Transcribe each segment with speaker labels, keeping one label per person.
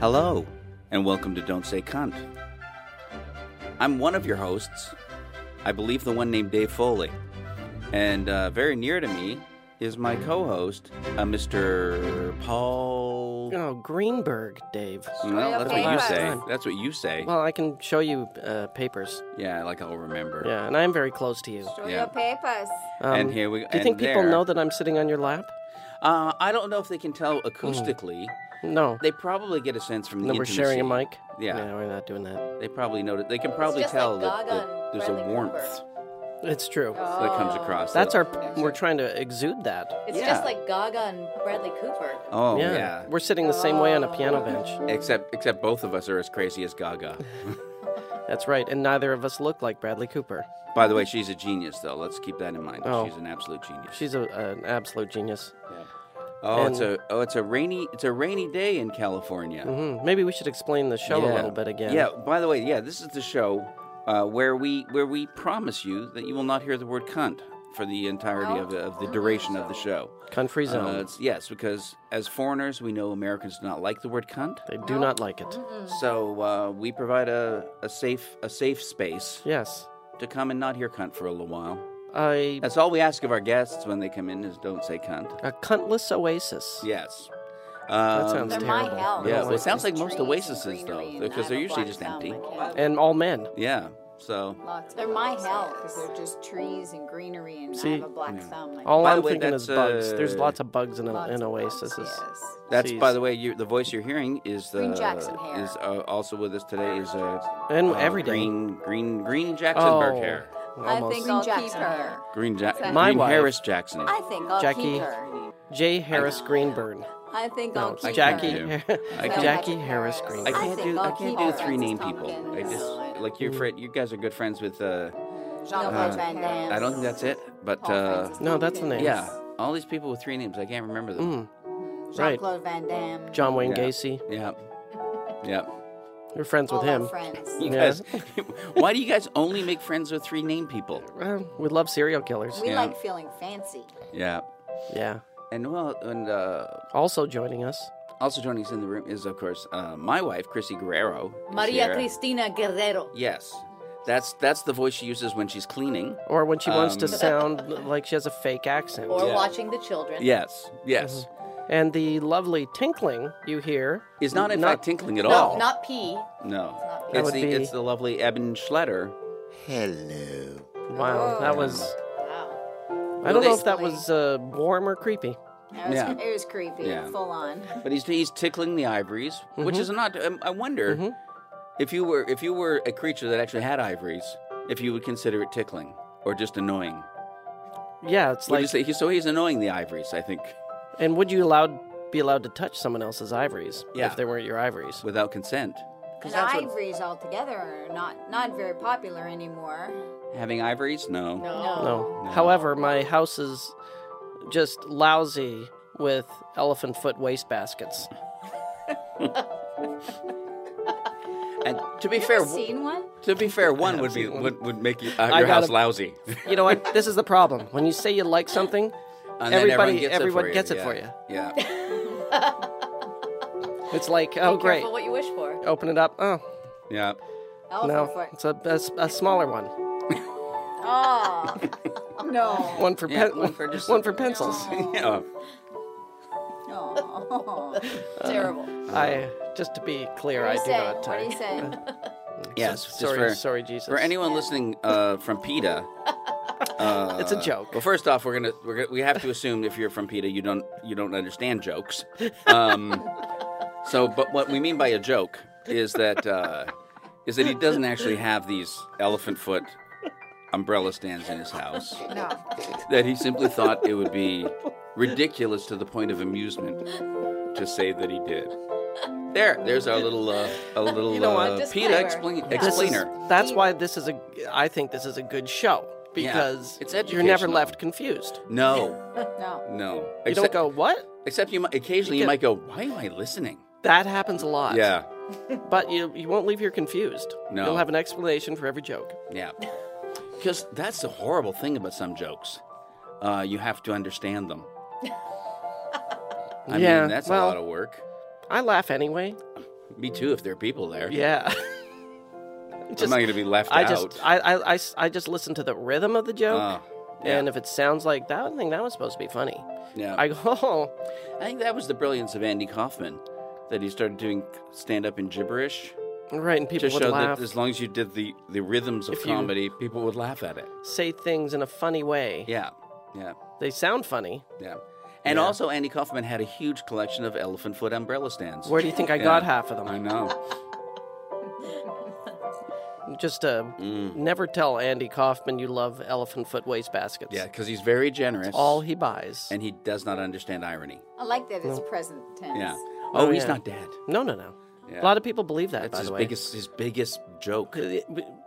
Speaker 1: Hello, and welcome to Don't Say Cunt. I'm one of your hosts, I believe the one named Dave Foley. And uh, very near to me is my co host, uh, Mr. Paul. Hmm,
Speaker 2: Oh, Greenberg, Dave.
Speaker 1: Mm. Well, that's what you
Speaker 3: papers.
Speaker 1: say. That's what you say.
Speaker 2: Well, I can show you uh, papers.
Speaker 1: Yeah, like I'll remember.
Speaker 2: Yeah, and I'm very close to you.
Speaker 3: Show
Speaker 1: Yeah.
Speaker 3: your papers.
Speaker 2: Um,
Speaker 1: And here we-
Speaker 2: Do you think
Speaker 1: and
Speaker 2: people
Speaker 1: there.
Speaker 2: know that I'm sitting on your lap?
Speaker 1: Uh, I don't know if they can tell acoustically.
Speaker 2: No.
Speaker 1: They probably get a sense from the
Speaker 2: No, we're
Speaker 1: intimacy.
Speaker 2: sharing a mic.
Speaker 1: Yeah.
Speaker 2: No, we're not doing that.
Speaker 1: They probably know. They can probably
Speaker 3: just
Speaker 1: tell
Speaker 3: like
Speaker 1: that,
Speaker 3: Gaga
Speaker 1: that
Speaker 3: and
Speaker 1: there's a
Speaker 3: Bradley
Speaker 1: warmth
Speaker 3: Cooper.
Speaker 2: It's true.
Speaker 1: that comes across.
Speaker 2: That's
Speaker 1: that-
Speaker 2: our. We're trying to exude that.
Speaker 3: It's
Speaker 1: Yeah.
Speaker 3: just like Gaga and Bradley Cooper.
Speaker 1: Oh yeah. Oh.
Speaker 2: We're sitting the same way on a piano bench.
Speaker 1: Except, except both of us are as crazy as Gaga.
Speaker 2: That's right. And neither of us look like Bradley Cooper.
Speaker 1: By the way, she's a genius, though. Let's keep that in mind.
Speaker 2: Oh.
Speaker 1: She's an absolute genius.
Speaker 2: She's a, an absolute genius.
Speaker 1: Oh, it's a oh, it's a rainy it's a rainy day in California.
Speaker 2: Hmm, maybe we should explain the show a
Speaker 1: Yeah.
Speaker 2: little bit again.
Speaker 1: Yeah. By the way, yeah, this is the show uh, where we where we promise you that you will not hear the word cunt for the entirety of, the, of the duration of the show.
Speaker 2: Country zone.
Speaker 1: Uh, it's- yes, because as foreigners, we know Americans do not like the word cunt.
Speaker 2: they do not like it.
Speaker 1: So uh, we provide a, a safe a safe space
Speaker 2: Yes.
Speaker 1: to come and not hear cunt for a little while.
Speaker 2: I.
Speaker 1: That's all we ask of our guests when they come in is don't say cunt.
Speaker 2: A cuntless oasis.
Speaker 1: Yes.
Speaker 2: That
Speaker 1: Um,
Speaker 2: sounds
Speaker 3: They're
Speaker 2: terrible.
Speaker 3: my hell.
Speaker 2: I
Speaker 1: Yeah,
Speaker 2: don't
Speaker 1: well, it
Speaker 2: like
Speaker 1: sounds like most
Speaker 3: Trees and
Speaker 1: oases,
Speaker 3: greenery,
Speaker 1: though,
Speaker 3: and
Speaker 1: because
Speaker 3: I
Speaker 1: they're
Speaker 3: have a
Speaker 1: usually
Speaker 3: black
Speaker 1: just
Speaker 3: thumb.
Speaker 1: empty.
Speaker 3: I can't-
Speaker 2: it. And all men.
Speaker 1: Yeah. So
Speaker 3: They're my hell. They're just trees and greenery, and
Speaker 2: See,
Speaker 3: I have a black thumb. I
Speaker 2: All
Speaker 1: By
Speaker 2: I'm
Speaker 1: the way,
Speaker 2: thinking is
Speaker 1: that's,
Speaker 2: bugs. There's
Speaker 1: uh,
Speaker 2: lots of bugs in, a,
Speaker 3: Lots
Speaker 2: in
Speaker 3: of
Speaker 2: Oasis.
Speaker 3: bugs, yes.
Speaker 1: that's
Speaker 2: Jeez.
Speaker 1: by the way, you, the voice you're hearing is the
Speaker 3: Green Jackson hair.
Speaker 1: is uh, also with us today is uh, uh,
Speaker 2: And every day.
Speaker 1: green green green Jacksonberg
Speaker 2: Oh,
Speaker 1: hair.
Speaker 2: Almost.
Speaker 4: I think I'll keep
Speaker 3: Jackson
Speaker 4: her.
Speaker 3: hair.
Speaker 1: Green ja-
Speaker 2: My
Speaker 1: green
Speaker 2: wife-
Speaker 1: Harris Jackson.
Speaker 3: I think I'll
Speaker 2: Jackie.
Speaker 3: keep her.
Speaker 2: J. Harris Greenburn.
Speaker 4: I think I'll
Speaker 2: it's
Speaker 4: keep
Speaker 2: Jackie.
Speaker 4: her.
Speaker 1: do. I
Speaker 2: Har-
Speaker 1: can't-
Speaker 2: Jackie Harris
Speaker 1: I
Speaker 2: Greenburn.
Speaker 3: I
Speaker 1: can't
Speaker 3: think
Speaker 1: do I
Speaker 3: I'll
Speaker 1: can't
Speaker 3: keep
Speaker 1: do
Speaker 3: all
Speaker 1: three
Speaker 3: Francis
Speaker 1: name people. I
Speaker 3: Tompkins.
Speaker 1: just like you're friend. You guys are good friends with. Uh,
Speaker 3: Jean-Claude Van Damme.
Speaker 1: I don't think that's it. But
Speaker 3: Paul
Speaker 1: uh,
Speaker 3: Francis
Speaker 2: No, that's the
Speaker 3: Tompkins.
Speaker 2: name.
Speaker 1: yeah, all these people with three names, I can't remember them.
Speaker 2: Right.
Speaker 3: Jean-Claude Van Damme.
Speaker 2: John Wayne
Speaker 1: Yeah.
Speaker 2: Gacy.
Speaker 1: Yeah, yeah.
Speaker 2: You're friends with
Speaker 3: All our
Speaker 2: him.
Speaker 3: friends.
Speaker 1: You
Speaker 2: Yeah.
Speaker 1: guys, why do you guys only make friends with three name people?
Speaker 2: Well, we love serial killers.
Speaker 3: We
Speaker 1: Yeah.
Speaker 3: like feeling fancy.
Speaker 1: Yeah,
Speaker 2: Yeah.
Speaker 1: and well, and uh,
Speaker 2: Also joining us.
Speaker 1: also joining us in the room is of course uh, my wife, Chrissy Guerrero. is here.
Speaker 4: Cristina Guerrero.
Speaker 1: Yes, that's that's the voice she uses when she's cleaning.
Speaker 2: Or when she wants to
Speaker 1: Um,
Speaker 2: sound like she has a fake accent.
Speaker 3: Or
Speaker 1: Yeah.
Speaker 3: watching the children.
Speaker 1: Yes, yes.
Speaker 2: And the lovely tinkling you hear.
Speaker 1: Is not in
Speaker 2: Not-
Speaker 1: fact tinkling at
Speaker 3: No,
Speaker 1: all.
Speaker 3: not pee.
Speaker 1: no,
Speaker 3: That
Speaker 1: it's
Speaker 2: would
Speaker 1: the
Speaker 2: be-
Speaker 1: it's the lovely Eben Schletter.
Speaker 2: Wow, that was.
Speaker 3: Wow.
Speaker 2: I don't know
Speaker 1: they-
Speaker 2: if that was uh, warm or creepy.
Speaker 3: That was,
Speaker 1: Yeah.
Speaker 3: It was creepy.
Speaker 1: Yeah.
Speaker 3: Full on.
Speaker 1: But he's he's tickling the ivories, which is not. um, I wonder if you were if you were a creature that actually had ivories, if you would consider it tickling or just annoying.
Speaker 2: Yeah, it's
Speaker 1: Would you
Speaker 2: like.
Speaker 1: say- he- so he's annoying the ivories, I think,
Speaker 2: And would you allowed be allowed to touch someone else's ivories
Speaker 1: Yeah.
Speaker 2: if they weren't your ivories?
Speaker 1: without consent.
Speaker 3: And
Speaker 1: that's what-
Speaker 3: ivories altogether are not, not very popular anymore.
Speaker 1: Having ivories, no.
Speaker 3: No.
Speaker 2: No. However, my house is just lousy with elephant foot waste baskets.
Speaker 1: And to be
Speaker 3: Ever
Speaker 1: fair,
Speaker 3: seen one?
Speaker 1: to be fair, one would be would, would make you, uh,
Speaker 2: I
Speaker 1: your
Speaker 2: got
Speaker 1: house
Speaker 2: a-
Speaker 1: lousy.
Speaker 2: You know what? this is the problem. When you say you like something,
Speaker 1: And then
Speaker 2: everybody,
Speaker 1: everyone
Speaker 2: everyone gets it
Speaker 1: yeah.
Speaker 2: for you.
Speaker 1: Yeah.
Speaker 2: It's like, oh great,
Speaker 4: Careful what you wish for.
Speaker 2: open it up. Oh
Speaker 1: Yeah.
Speaker 3: Elephant
Speaker 2: no,
Speaker 3: foot.
Speaker 2: it's a, a s- a smaller one.
Speaker 3: Oh, no.
Speaker 2: One for
Speaker 1: Yeah,
Speaker 2: pen,
Speaker 1: one for just-
Speaker 2: one for pencils.
Speaker 1: Yeah.
Speaker 3: No.
Speaker 4: Terrible.
Speaker 2: I just to be clear, I
Speaker 3: What do
Speaker 2: do
Speaker 3: you say?
Speaker 2: not.
Speaker 3: What do you
Speaker 2: uh,
Speaker 3: say?
Speaker 1: Yes. just
Speaker 2: sorry,
Speaker 1: for,
Speaker 2: sorry, Jesus.
Speaker 1: For anyone listening uh, from PETA, uh,
Speaker 2: It's a joke.
Speaker 1: Well, first off, we're gonna, we're gonna we have to assume if you're from PETA, you don't you don't understand jokes. Um, so, but what we mean by a joke is that uh, is that he doesn't actually have these elephant foot umbrella stands in his house.
Speaker 3: No.
Speaker 1: That he simply thought it would be ridiculous to the point of amusement to say that he did. There, there's our little uh, a little
Speaker 2: know what?
Speaker 1: uh, PETA
Speaker 4: Disclaimer.
Speaker 1: explain,
Speaker 2: This is-
Speaker 1: explainer.
Speaker 2: that's why this is a. I think this is a good show because
Speaker 1: It's
Speaker 2: you're never
Speaker 1: educational.
Speaker 2: left confused.
Speaker 1: No,
Speaker 3: No.
Speaker 1: no.
Speaker 2: You
Speaker 1: Except,
Speaker 2: don't go what?
Speaker 1: Except you might, occasionally you,
Speaker 2: You
Speaker 1: might go, "Why am I listening?"
Speaker 2: That happens a lot.
Speaker 1: Yeah,
Speaker 2: But you you won't leave here confused.
Speaker 1: No.
Speaker 2: You'll have an explanation for every joke.
Speaker 1: yeah. Because that's the horrible thing about some jokes. Uh, you have to understand them. I
Speaker 2: Yeah,
Speaker 1: mean, that's a
Speaker 2: well-
Speaker 1: lot of work.
Speaker 2: I laugh anyway.
Speaker 1: Me too, if there are people there.
Speaker 2: Yeah.
Speaker 1: I'm
Speaker 2: Just-
Speaker 1: not going to be left
Speaker 2: I
Speaker 1: out.
Speaker 2: just I, I, I s- I just listen to the rhythm of the joke,
Speaker 1: Oh,
Speaker 2: and if it sounds like that, I think that was supposed to be funny.
Speaker 1: yeah.
Speaker 2: I go, oh,
Speaker 1: I think that was the brilliance of Andy Kaufman, that he started doing stand up in gibberish
Speaker 2: right, and people
Speaker 1: to
Speaker 2: would
Speaker 1: show
Speaker 2: laugh,
Speaker 1: that as long as you did the, the rhythms of
Speaker 2: If you-
Speaker 1: comedy, people would laugh at it.
Speaker 2: say things in a funny way.
Speaker 1: Yeah, yeah,
Speaker 2: They sound funny.
Speaker 1: yeah. And also, Andy Kaufman had a huge collection of elephant foot umbrella stands.
Speaker 2: Where do you think I
Speaker 1: Yeah.
Speaker 2: got half of them?
Speaker 1: I know.
Speaker 2: Just uh,
Speaker 1: Mm.
Speaker 2: never tell Andy Kaufman you love elephant foot waste baskets.
Speaker 1: Yeah, because he's very generous.
Speaker 2: all he buys.
Speaker 1: and he does not understand irony.
Speaker 3: I like that it's present tense.
Speaker 1: Yeah. Oh, he's
Speaker 2: yeah.
Speaker 1: not dead.
Speaker 2: no, no, no.
Speaker 1: Yeah.
Speaker 2: A lot of people believe that.
Speaker 1: That's
Speaker 2: by
Speaker 1: his
Speaker 2: the way, Uh,
Speaker 1: biggest his biggest joke.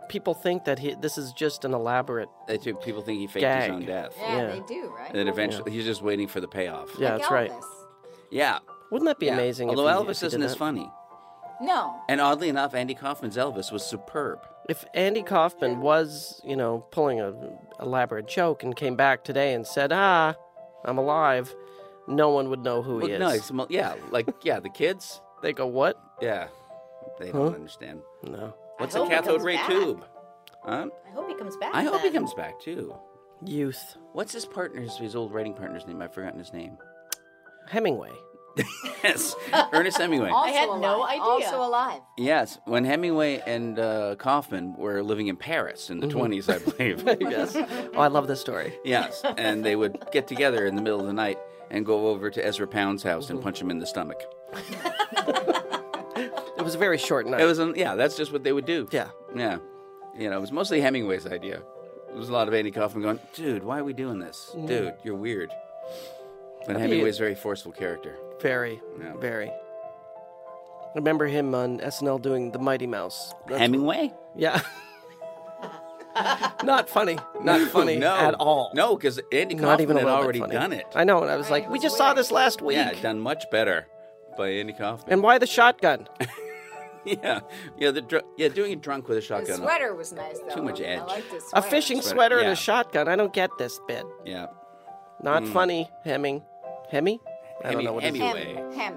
Speaker 2: people think that he, this is just an elaborate.
Speaker 1: That too- people think he faked
Speaker 2: Gag.
Speaker 1: his own death.
Speaker 3: Yeah,
Speaker 2: Yeah.
Speaker 3: they do, right?
Speaker 1: And then eventually, he's just waiting for the payoff.
Speaker 2: Yeah,
Speaker 3: Like
Speaker 2: that's right.
Speaker 3: Elvis.
Speaker 1: Yeah.
Speaker 2: Wouldn't that be
Speaker 1: yeah.
Speaker 2: amazing?
Speaker 1: Although
Speaker 2: if he- if
Speaker 1: Elvis
Speaker 2: he did
Speaker 1: isn't as
Speaker 2: that?
Speaker 1: funny.
Speaker 3: No.
Speaker 1: And oddly enough, Andy Kaufman's Elvis was superb.
Speaker 2: If Andy Kaufman was, you know, pulling a elaborate joke and came back today and said, "Ah, I'm alive," no one would know who he
Speaker 1: Well,
Speaker 2: is.
Speaker 1: no, it's mo- yeah, like yeah, the kids,
Speaker 2: They go, "What?
Speaker 1: yeah, they don't understand.
Speaker 2: No,
Speaker 1: What's
Speaker 4: I
Speaker 1: a
Speaker 4: hope he
Speaker 1: cathode
Speaker 4: comes
Speaker 1: ray
Speaker 4: back.
Speaker 1: tube? Huh?
Speaker 4: I hope he comes back.
Speaker 1: I hope he
Speaker 4: then.
Speaker 1: comes back too.
Speaker 2: youth."
Speaker 1: What's his partner's, his old writing partner's name? I've forgotten his name.
Speaker 2: Hemingway.
Speaker 1: Yes, Ernest Hemingway.
Speaker 3: Also
Speaker 4: had no
Speaker 3: alive.
Speaker 4: idea.
Speaker 3: Also alive.
Speaker 1: Yes, when Hemingway and uh, Kaufman were living in Paris in the
Speaker 2: Mm-hmm.
Speaker 1: 20s, I believe.
Speaker 2: yes. Oh, I love this story.
Speaker 1: yes, and they would get together in the middle of the night and go over to Ezra Pound's house
Speaker 2: Mm-hmm.
Speaker 1: and punch him in the stomach.
Speaker 2: It was a very short night.
Speaker 1: It was, um, yeah, that's just what they would do.
Speaker 2: Yeah.
Speaker 1: Yeah. You know, it was mostly Hemingway's idea. There was a lot of Andy Kaufman going, dude, why are we doing this?
Speaker 2: Mm.
Speaker 1: Dude, you're weird. But Hemingway's a very forceful character.
Speaker 2: Very,
Speaker 1: Yeah.
Speaker 2: very. I remember him on SNL doing the Mighty Mouse. That's-
Speaker 1: Hemingway?
Speaker 2: Yeah. Not funny. Not funny
Speaker 1: no.
Speaker 2: at all.
Speaker 1: No, because Andy Kaufman
Speaker 2: Not even a
Speaker 1: had
Speaker 2: little
Speaker 1: already
Speaker 2: bit funny.
Speaker 1: done it.
Speaker 2: I know, and I was like, we just saw this last week.
Speaker 1: yeah, done much better by Andy Kaufman.
Speaker 2: and why the shotgun?
Speaker 1: Yeah, yeah, the dr- yeah, doing it drunk with a
Speaker 3: The
Speaker 1: shotgun.
Speaker 3: sweater was nice though.
Speaker 1: Too much edge.
Speaker 3: I liked his
Speaker 2: A
Speaker 3: sweater.
Speaker 2: fishing
Speaker 1: Sweater,
Speaker 2: sweater and
Speaker 1: yeah. Hmm.
Speaker 2: a shotgun. I don't get this bit.
Speaker 1: Yeah,
Speaker 2: Not funny, Hemming. Hemmy? I
Speaker 1: Hemi-
Speaker 2: don't know what his
Speaker 1: Hemi-
Speaker 3: Hem,
Speaker 1: Anyway.
Speaker 3: hem.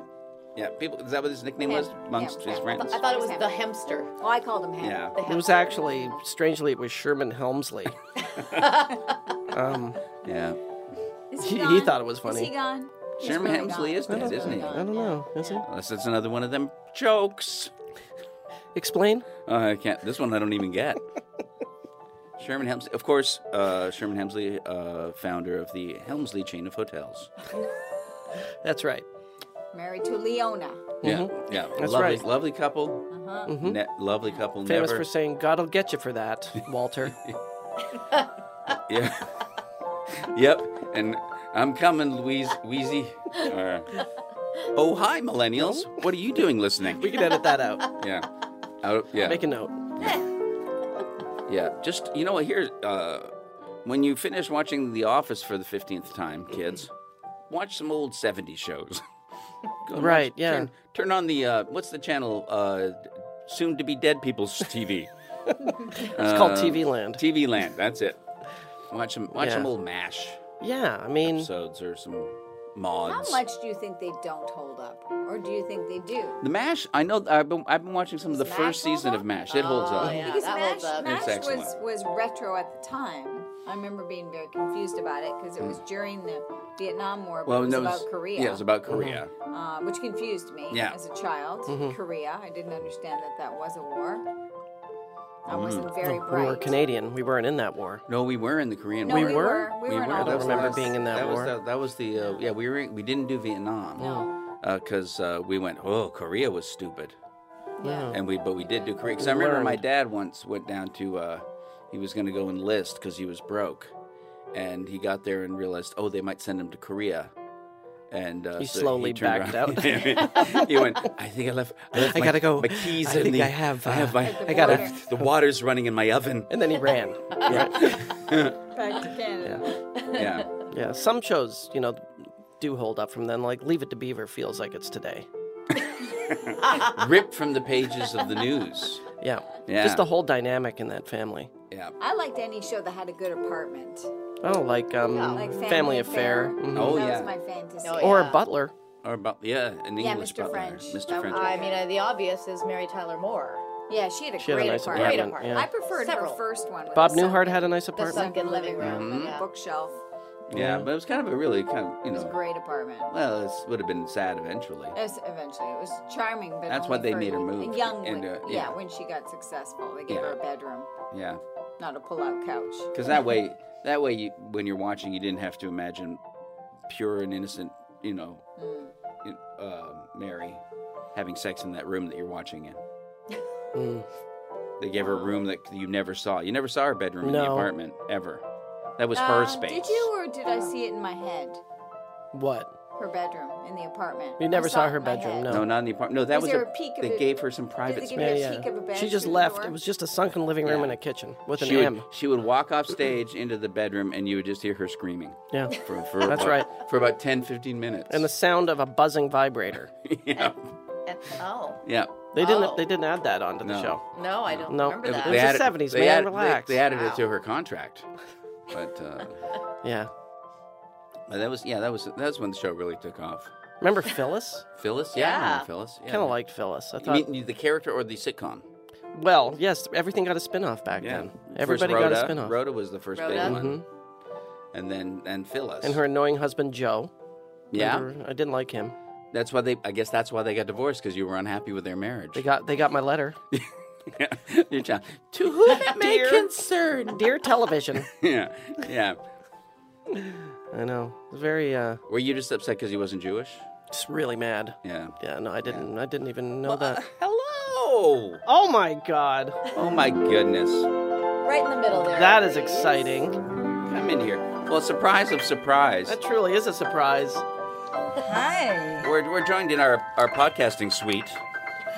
Speaker 1: yeah. People, is that what his nickname was
Speaker 3: Ham,
Speaker 1: amongst
Speaker 3: ham,
Speaker 1: his
Speaker 3: ham.
Speaker 1: friends?
Speaker 4: I thought it was the hamster.
Speaker 3: Oh, I called him hem.
Speaker 1: Yeah,
Speaker 4: The
Speaker 2: It was actually, strangely, it was Sherman Helmsley. um,
Speaker 1: yeah.
Speaker 3: Is
Speaker 2: He- he
Speaker 3: gone?
Speaker 2: thought it was funny.
Speaker 3: Is he gone? He's
Speaker 1: Sherman
Speaker 3: really
Speaker 1: Hemsley
Speaker 3: gone.
Speaker 1: is dead, isn't he?
Speaker 2: I don't know. Is it?
Speaker 1: Unless it's another one of them jokes.
Speaker 2: Explain?
Speaker 1: Oh, I can't. This one I don't even get. Sherman Helmsley, of course. Uh, Sherman Helmsley, uh, founder of the Helmsley chain of hotels.
Speaker 2: That's right.
Speaker 3: Married to Leona.
Speaker 1: Yeah, yeah.
Speaker 2: Mm-hmm. That's
Speaker 1: lovely,
Speaker 2: right. Mm-hmm.
Speaker 1: lovely couple.
Speaker 4: Uh-huh.
Speaker 1: Ne- lovely couple.
Speaker 2: Famous
Speaker 1: never.
Speaker 2: for saying, God'll get you for that, Walter.
Speaker 1: Yeah. yep. And I'm coming, Louise Wheezy. Or, oh, hi, millennials. What are you doing
Speaker 2: Oh. we
Speaker 1: listening?
Speaker 2: can edit that out.
Speaker 1: Yeah. Out, yeah.
Speaker 2: Make a note.
Speaker 1: Yeah. Just, you know what, here, uh, when you finish watching The Office for the 15th time, kids, watch some old 70s shows. Go and
Speaker 2: Right, yeah.
Speaker 1: Turn, turn on the, uh, what's the channel? Uh, Soon to be dead people's TV.
Speaker 2: It's
Speaker 1: Um,
Speaker 2: called TV Land.
Speaker 1: TV Land, that's it. Watch some, watch
Speaker 2: Yeah.
Speaker 1: some old MASH
Speaker 2: Yeah, I mean,
Speaker 1: episodes or some
Speaker 3: How
Speaker 1: mods.
Speaker 3: much do you think they don't hold up, or do you think they do?
Speaker 1: The Mash, I know. I've been I've been watching some of the
Speaker 3: Does
Speaker 1: first
Speaker 3: MASH Oh, hold
Speaker 1: season
Speaker 3: up?
Speaker 1: of Mash. It holds up.
Speaker 4: yeah.
Speaker 3: Because
Speaker 4: that
Speaker 3: MASH,
Speaker 4: holds up.
Speaker 1: It's
Speaker 3: MASH was,
Speaker 1: excellent.
Speaker 3: was retro at the time. I remember being very confused about it because it was during the Vietnam War, but it was
Speaker 1: Hmm. no,
Speaker 3: about Korea,
Speaker 1: Yeah, it was about Korea.
Speaker 3: uh, which confused me
Speaker 1: Yeah.
Speaker 3: as a child. Korea, I didn't understand that that was a war. I
Speaker 1: Mm.
Speaker 3: wasn't very
Speaker 2: we
Speaker 3: bright.
Speaker 2: were Canadian. We weren't in that war.
Speaker 1: No, we were in the Korean
Speaker 3: No,
Speaker 1: War.
Speaker 3: we were. We, were. in all
Speaker 2: I don't
Speaker 3: those
Speaker 2: remember
Speaker 3: wars.
Speaker 2: being in that
Speaker 1: That was
Speaker 2: war.
Speaker 1: the, that was the uh, yeah. We were in- we didn't do Vietnam. Because uh, we went, oh, Korea was stupid,
Speaker 2: Yeah.
Speaker 1: and we but we did do Korea. Because I remember my
Speaker 2: Learned.
Speaker 1: dad once went down to, uh, he was going to go enlist because he was broke, and he got there and realized, oh, they might send him to Korea, and uh,
Speaker 2: He
Speaker 1: so
Speaker 2: slowly
Speaker 1: turned
Speaker 2: backed
Speaker 1: around-
Speaker 2: out.
Speaker 1: he went, I think I left. I, left
Speaker 2: I
Speaker 1: my-
Speaker 2: gotta go.
Speaker 1: My keys
Speaker 2: I
Speaker 1: in
Speaker 2: think
Speaker 1: the.
Speaker 2: I have,
Speaker 1: I have
Speaker 2: uh,
Speaker 1: my.
Speaker 3: I
Speaker 2: gotta-
Speaker 3: border.
Speaker 1: The water's running in my oven.
Speaker 2: And then he ran.
Speaker 3: Back to Canada.
Speaker 1: Yeah.
Speaker 2: yeah, some shows, you know, do hold up from then. Like Leave It to Beaver feels like it's today.
Speaker 1: Ripped from the pages of the news.
Speaker 2: Yeah.
Speaker 1: Yeah.
Speaker 2: Just the whole dynamic in that family.
Speaker 1: Yeah.
Speaker 3: I liked any show that had a good apartment,
Speaker 2: Oh, like um,
Speaker 3: like Family,
Speaker 2: Affair. Mhm.
Speaker 1: Oh,
Speaker 3: that
Speaker 1: yeah.
Speaker 3: was my fantasy.
Speaker 4: Oh,
Speaker 2: Or
Speaker 4: yeah.
Speaker 2: a butler.
Speaker 1: or about yeah, an
Speaker 3: Yeah,
Speaker 1: English
Speaker 3: Mr.
Speaker 1: butler,
Speaker 3: French.
Speaker 1: Mr.
Speaker 3: That-
Speaker 1: French.
Speaker 4: I mean, uh, the obvious is Mary Tyler Moore.
Speaker 3: Yeah, she had a
Speaker 2: She had a
Speaker 3: great
Speaker 2: nice
Speaker 3: apartment.
Speaker 4: Great
Speaker 2: apartment.
Speaker 4: apartment.
Speaker 2: yeah.
Speaker 3: I preferred
Speaker 4: Several.
Speaker 3: her first one. With
Speaker 2: Bob
Speaker 3: the
Speaker 2: Newhart
Speaker 3: sunken-
Speaker 2: had a nice
Speaker 4: The
Speaker 2: apartment. Mm-hmm.
Speaker 4: sunken living room.
Speaker 3: and
Speaker 4: yeah.
Speaker 3: bookshelf.
Speaker 1: yeah,
Speaker 2: Yeah.
Speaker 1: but it was kind of a really kind of you
Speaker 3: It was a
Speaker 1: know.
Speaker 3: great apartment.
Speaker 1: Well, this would have been sad eventually.
Speaker 3: Yes, eventually, it was charming. But
Speaker 1: That's
Speaker 3: only
Speaker 1: why they
Speaker 3: for
Speaker 1: made her
Speaker 3: a
Speaker 1: move
Speaker 3: Young,
Speaker 1: into-
Speaker 3: women.
Speaker 1: yeah.
Speaker 3: yeah. When she got successful, they gave
Speaker 1: Yeah.
Speaker 3: her a bedroom,
Speaker 1: Yeah,
Speaker 3: not a pull-out couch.
Speaker 1: because that way, that way, you, when you're watching, you didn't have to imagine pure and innocent, you know,
Speaker 3: Mm.
Speaker 1: you- uh, Mary having sex in that room that you're watching in.
Speaker 2: Mm.
Speaker 1: They gave her a room that you never saw. You never saw her bedroom in the
Speaker 2: No.
Speaker 1: apartment ever. That was
Speaker 3: Uh,
Speaker 1: her space.
Speaker 3: Did you, or did I see it in my head?
Speaker 2: What?
Speaker 3: Her bedroom in the apartment.
Speaker 2: You
Speaker 3: I
Speaker 2: never saw
Speaker 3: it in
Speaker 2: her
Speaker 3: my
Speaker 2: bedroom,
Speaker 3: head.
Speaker 2: no.
Speaker 1: No, not in the apartment. No, that
Speaker 3: Was
Speaker 1: was,
Speaker 3: there
Speaker 1: a,
Speaker 3: a peek of
Speaker 1: They
Speaker 3: it?
Speaker 1: gave her some private
Speaker 3: they give
Speaker 1: space.
Speaker 3: you a
Speaker 2: Yeah,
Speaker 3: peek
Speaker 2: yeah.
Speaker 3: of a bed
Speaker 2: She just
Speaker 3: through the
Speaker 2: left.
Speaker 3: door?
Speaker 2: It was just a sunken living room and a kitchen with an
Speaker 1: she
Speaker 2: M.
Speaker 1: would, she would walk off stage into the bedroom and you would just hear her screaming
Speaker 2: Yeah.
Speaker 1: for, for
Speaker 2: That's
Speaker 1: about,
Speaker 2: right.
Speaker 1: for about 10 15 minutes
Speaker 2: And the sound of a buzzing vibrator.
Speaker 1: yeah
Speaker 4: And, oh
Speaker 1: yeah
Speaker 2: They didn't.
Speaker 4: Oh.
Speaker 2: They didn't add that onto the
Speaker 1: No.
Speaker 2: show.
Speaker 4: no, I don't
Speaker 2: No.
Speaker 4: remember
Speaker 2: It was
Speaker 4: that.
Speaker 2: the 70s,
Speaker 1: they
Speaker 2: man,
Speaker 1: added-
Speaker 2: relax.
Speaker 1: they, they added
Speaker 4: Wow.
Speaker 1: it to her contract but uh
Speaker 2: Yeah.
Speaker 1: but that was yeah that was that's when the show really took off
Speaker 2: Remember Phyllis?
Speaker 1: phyllis yeah, I
Speaker 4: Yeah.
Speaker 1: remember phyllis yeah.
Speaker 2: Kind of liked Phyllis. I
Speaker 1: you
Speaker 2: thought.
Speaker 1: mean the character or the sitcom
Speaker 2: well, yes. Everything got a spin-off back then. Everybody
Speaker 1: first
Speaker 2: got
Speaker 1: rhoda,
Speaker 2: a spin-off. Mm-hmm.
Speaker 1: rhoda was the first
Speaker 4: Rhoda.
Speaker 1: big one and then and phyllis
Speaker 2: And her annoying husband Joe.
Speaker 1: yeah
Speaker 2: Remember, I didn't like him.
Speaker 1: that's why they i guess that's why they got divorced because you were unhappy with their marriage
Speaker 2: They got. They got my letter.
Speaker 1: Your child. to whom it may
Speaker 2: Dear-
Speaker 1: concern
Speaker 2: Dear television.
Speaker 1: yeah, yeah.
Speaker 2: I know. Very. Uh.
Speaker 1: Were you just upset because he wasn't Jewish?
Speaker 2: Just really mad.
Speaker 1: Yeah.
Speaker 2: Yeah. No, I didn't. I didn't even know
Speaker 1: uh,
Speaker 2: that.
Speaker 1: Hello.
Speaker 2: Oh my God.
Speaker 1: Oh my goodness.
Speaker 4: right in the middle there.
Speaker 2: That is
Speaker 4: please.
Speaker 2: exciting.
Speaker 1: Come in here. Well, surprise of surprise.
Speaker 2: That truly is a surprise.
Speaker 5: Hi.
Speaker 1: We're, we're joined in our, our podcasting suite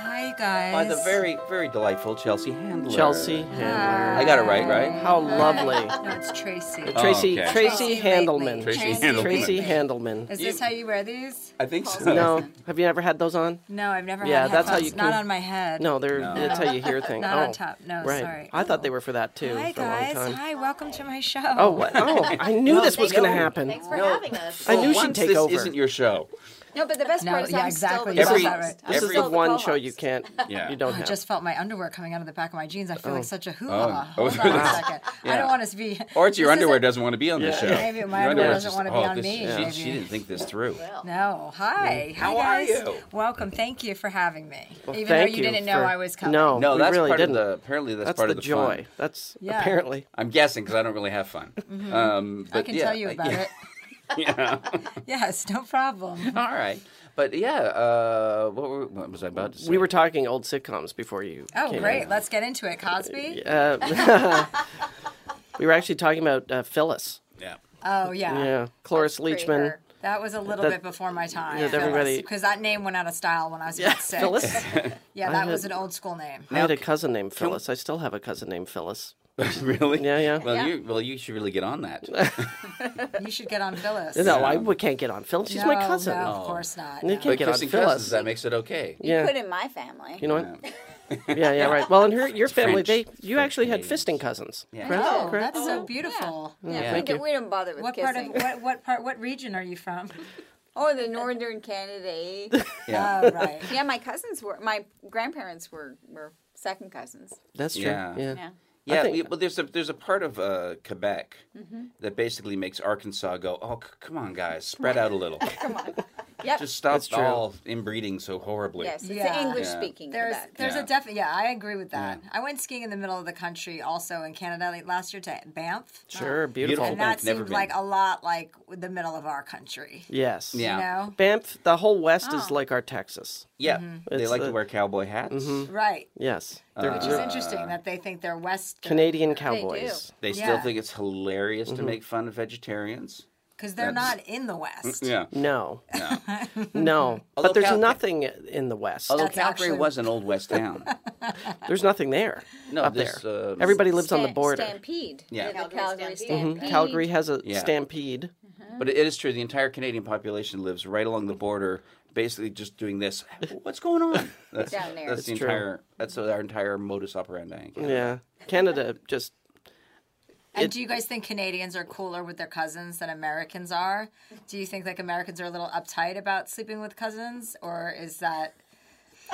Speaker 5: Hi, guys.
Speaker 1: by the very very delightful Chelsea Handler.
Speaker 2: Chelsea Handler.
Speaker 1: I got it right, right?
Speaker 2: How lovely.
Speaker 5: No, it's Tracy.
Speaker 1: Oh,
Speaker 2: Tracy
Speaker 1: okay.
Speaker 2: Tracy
Speaker 5: Tracy
Speaker 2: Handelman.
Speaker 5: Lately.
Speaker 1: Tracy Handelman.
Speaker 2: Tracy
Speaker 5: Lately.
Speaker 2: Handelman.
Speaker 5: Is this how you wear these?
Speaker 1: I think so.
Speaker 2: No, have you ever had those on?
Speaker 5: No, I've never
Speaker 2: Yeah,
Speaker 5: had
Speaker 2: that's how
Speaker 5: headphones.
Speaker 2: you
Speaker 5: Not
Speaker 2: can-
Speaker 5: on my head.
Speaker 2: No, they're that's how you hear things.
Speaker 5: Not
Speaker 2: oh,
Speaker 5: on top. No,
Speaker 2: right.
Speaker 5: sorry.
Speaker 2: I thought they were for that too
Speaker 5: Hi,
Speaker 2: for a long
Speaker 5: guys.
Speaker 2: time.
Speaker 5: Hi, welcome to my show.
Speaker 2: Oh, what? Oh, I knew this was going to happen.
Speaker 4: Thanks for having us.
Speaker 2: I knew
Speaker 1: Once
Speaker 2: she'd take
Speaker 1: this
Speaker 2: over.
Speaker 1: isn't your show.
Speaker 3: No, but the best
Speaker 5: No,
Speaker 3: part is
Speaker 5: yeah,
Speaker 3: I'm
Speaker 5: exactly.
Speaker 3: still
Speaker 5: You
Speaker 3: the
Speaker 1: Every-
Speaker 5: said that
Speaker 3: co-host.
Speaker 5: right.
Speaker 2: this is
Speaker 1: every-
Speaker 2: the one
Speaker 3: co-host.
Speaker 2: show you can't.
Speaker 1: Yeah.
Speaker 2: You don't
Speaker 5: I
Speaker 2: have.
Speaker 5: just felt my underwear coming out of the back of my jeans. I feel like such a hoo
Speaker 1: Oh.
Speaker 5: ha. Hold on a second. I
Speaker 1: Yeah.
Speaker 5: don't want to be.
Speaker 1: Or it's your
Speaker 5: This
Speaker 1: underwear
Speaker 5: isn't-
Speaker 1: doesn't want to be on this show.
Speaker 5: Yeah, maybe my
Speaker 1: Your
Speaker 5: underwear
Speaker 1: underwear's
Speaker 5: doesn't wanna be
Speaker 1: oh,
Speaker 5: on
Speaker 1: this-
Speaker 5: me,
Speaker 1: She,
Speaker 5: maybe.
Speaker 1: she didn't think this through.
Speaker 5: No. Hi. Hi,
Speaker 1: How are
Speaker 5: guys.
Speaker 1: you?
Speaker 5: Welcome. Thank you for having me. Even though
Speaker 2: Thank
Speaker 5: you, didn't know
Speaker 2: for-
Speaker 5: I was coming.
Speaker 2: No,
Speaker 1: No,
Speaker 2: we
Speaker 1: that's
Speaker 2: really
Speaker 1: part
Speaker 2: didn't.
Speaker 1: of the. Apparently, that's,
Speaker 2: that's
Speaker 1: part of
Speaker 2: the,
Speaker 1: the
Speaker 2: joy.
Speaker 1: fun.
Speaker 2: That's
Speaker 5: Yeah.
Speaker 2: apparently.
Speaker 1: I'm guessing because I don't really have fun. Um, but
Speaker 5: Mm-hmm. I can
Speaker 1: yeah,
Speaker 5: tell you
Speaker 1: uh,
Speaker 5: about
Speaker 1: yeah.
Speaker 5: it. Yes, no problem.
Speaker 1: All right, but yeah, uh, what, were, what was I about to say?
Speaker 2: We were talking old sitcoms before you.
Speaker 5: Oh,
Speaker 2: came
Speaker 5: great.
Speaker 2: in.
Speaker 5: Let's get into it, Cosby.
Speaker 2: Uh, we were actually talking about uh, Phyllis.
Speaker 1: yeah,
Speaker 5: Oh, yeah.
Speaker 2: Yeah, Cloris
Speaker 4: Let's free
Speaker 2: Leachman.
Speaker 4: her.
Speaker 5: That was a little
Speaker 2: That-
Speaker 5: bit before my time.
Speaker 2: that everybody-
Speaker 5: Because that name went out of style when I was about six.
Speaker 2: Phyllis.
Speaker 5: Yeah,
Speaker 2: had-
Speaker 5: that was an old school name.
Speaker 2: I had a cousin named Phyllis. I still have a cousin named Phyllis.
Speaker 1: really?
Speaker 2: Yeah, yeah.
Speaker 1: Well, you well, you should really get on that.
Speaker 5: You should get on Phyllis.
Speaker 2: No, I w- can't get on Phyllis. She's my
Speaker 5: No,
Speaker 2: cousin. Oh.
Speaker 5: No, of course not.
Speaker 2: You
Speaker 5: no.
Speaker 2: can't
Speaker 1: But
Speaker 2: get on
Speaker 1: kissing cousins,
Speaker 2: Phyllis.
Speaker 1: that makes it okay.
Speaker 2: yeah.
Speaker 3: Put in my family.
Speaker 2: You know what? yeah, yeah, right. Well, in her, your family,
Speaker 1: French-
Speaker 2: they you
Speaker 1: French
Speaker 2: actually had
Speaker 1: Canadians.
Speaker 2: fisting cousins.
Speaker 1: Yeah.
Speaker 2: Correct?
Speaker 5: Oh,
Speaker 2: Correct?
Speaker 5: that's so beautiful.
Speaker 3: Yeah,
Speaker 1: Yeah.
Speaker 3: we,
Speaker 1: Thank
Speaker 3: don't,
Speaker 2: you.
Speaker 3: we don't bother with
Speaker 5: What part of
Speaker 3: kissing.
Speaker 5: what, what part what region are you from?
Speaker 3: oh, the northern Canada. eh?
Speaker 1: Yeah.
Speaker 5: Oh, right.
Speaker 3: yeah, my cousins were. My grandparents were were second cousins.
Speaker 2: That's true.
Speaker 1: Yeah.
Speaker 2: Yeah.
Speaker 3: Yeah.
Speaker 1: Yeah,
Speaker 2: think-
Speaker 1: we- well, there's a there's a part of uh, Quebec that basically makes Arkansas go, oh, c- come on, guys, spread out a little,
Speaker 3: Yep.
Speaker 1: just stop
Speaker 2: That's true.
Speaker 1: all inbreeding so horribly.
Speaker 3: yes, it's
Speaker 5: Yeah.
Speaker 3: English speaking.
Speaker 5: There's
Speaker 3: Quebec.
Speaker 5: there's
Speaker 1: Yeah.
Speaker 5: a definite yeah, I agree with that. I went skiing in the middle of the country also in Canada like, last year to Banff.
Speaker 2: Sure.
Speaker 1: Beautiful.
Speaker 2: Beautiful.
Speaker 5: And that
Speaker 1: I've never
Speaker 5: seemed
Speaker 1: been.
Speaker 5: like a lot like the middle of our country.
Speaker 2: Yes.
Speaker 1: Yeah.
Speaker 5: You know?
Speaker 2: Banff. The whole West
Speaker 5: Oh.
Speaker 2: is like our Texas.
Speaker 1: Yeah, they
Speaker 2: It's
Speaker 1: like to
Speaker 2: the- Mm-hmm.
Speaker 1: wear cowboy hats.
Speaker 5: Right.
Speaker 2: Yes.
Speaker 1: Uh,
Speaker 2: They're
Speaker 5: Which is interesting that they think they're West
Speaker 2: Canadian cowboys.
Speaker 1: They still
Speaker 5: Yeah.
Speaker 1: think it's hilarious
Speaker 2: Mm-hmm.
Speaker 1: to make fun of vegetarians.
Speaker 5: because they're not in the West.
Speaker 1: Yeah.
Speaker 2: No.
Speaker 1: No.
Speaker 2: No.
Speaker 1: Although
Speaker 2: but there's
Speaker 1: cow-
Speaker 2: nothing in the West.
Speaker 1: Although
Speaker 5: That's
Speaker 1: Calgary
Speaker 5: actually-
Speaker 1: was an old West town.
Speaker 2: There's nothing there.
Speaker 1: No,
Speaker 2: up
Speaker 1: this,
Speaker 2: there.
Speaker 1: um,
Speaker 2: Everybody lives on the
Speaker 3: Stan-
Speaker 2: border. Mm-hmm.
Speaker 3: Stampede.
Speaker 1: Yeah.
Speaker 3: The Calgary
Speaker 4: Calgary
Speaker 3: Stampede.
Speaker 2: Calgary has a
Speaker 1: Yeah.
Speaker 2: stampede.
Speaker 1: But it is true. The entire Canadian population lives right along the border, basically just doing this. What's going on? That's,
Speaker 3: Down there.
Speaker 1: That's the
Speaker 2: true.
Speaker 1: entire. That's our entire modus operandi.
Speaker 2: Yeah. Canada just
Speaker 5: And
Speaker 2: It-
Speaker 5: do you guys think Canadians are cooler with their cousins than Americans are? Do you think like Americans are a little uptight about sleeping with cousins, or is that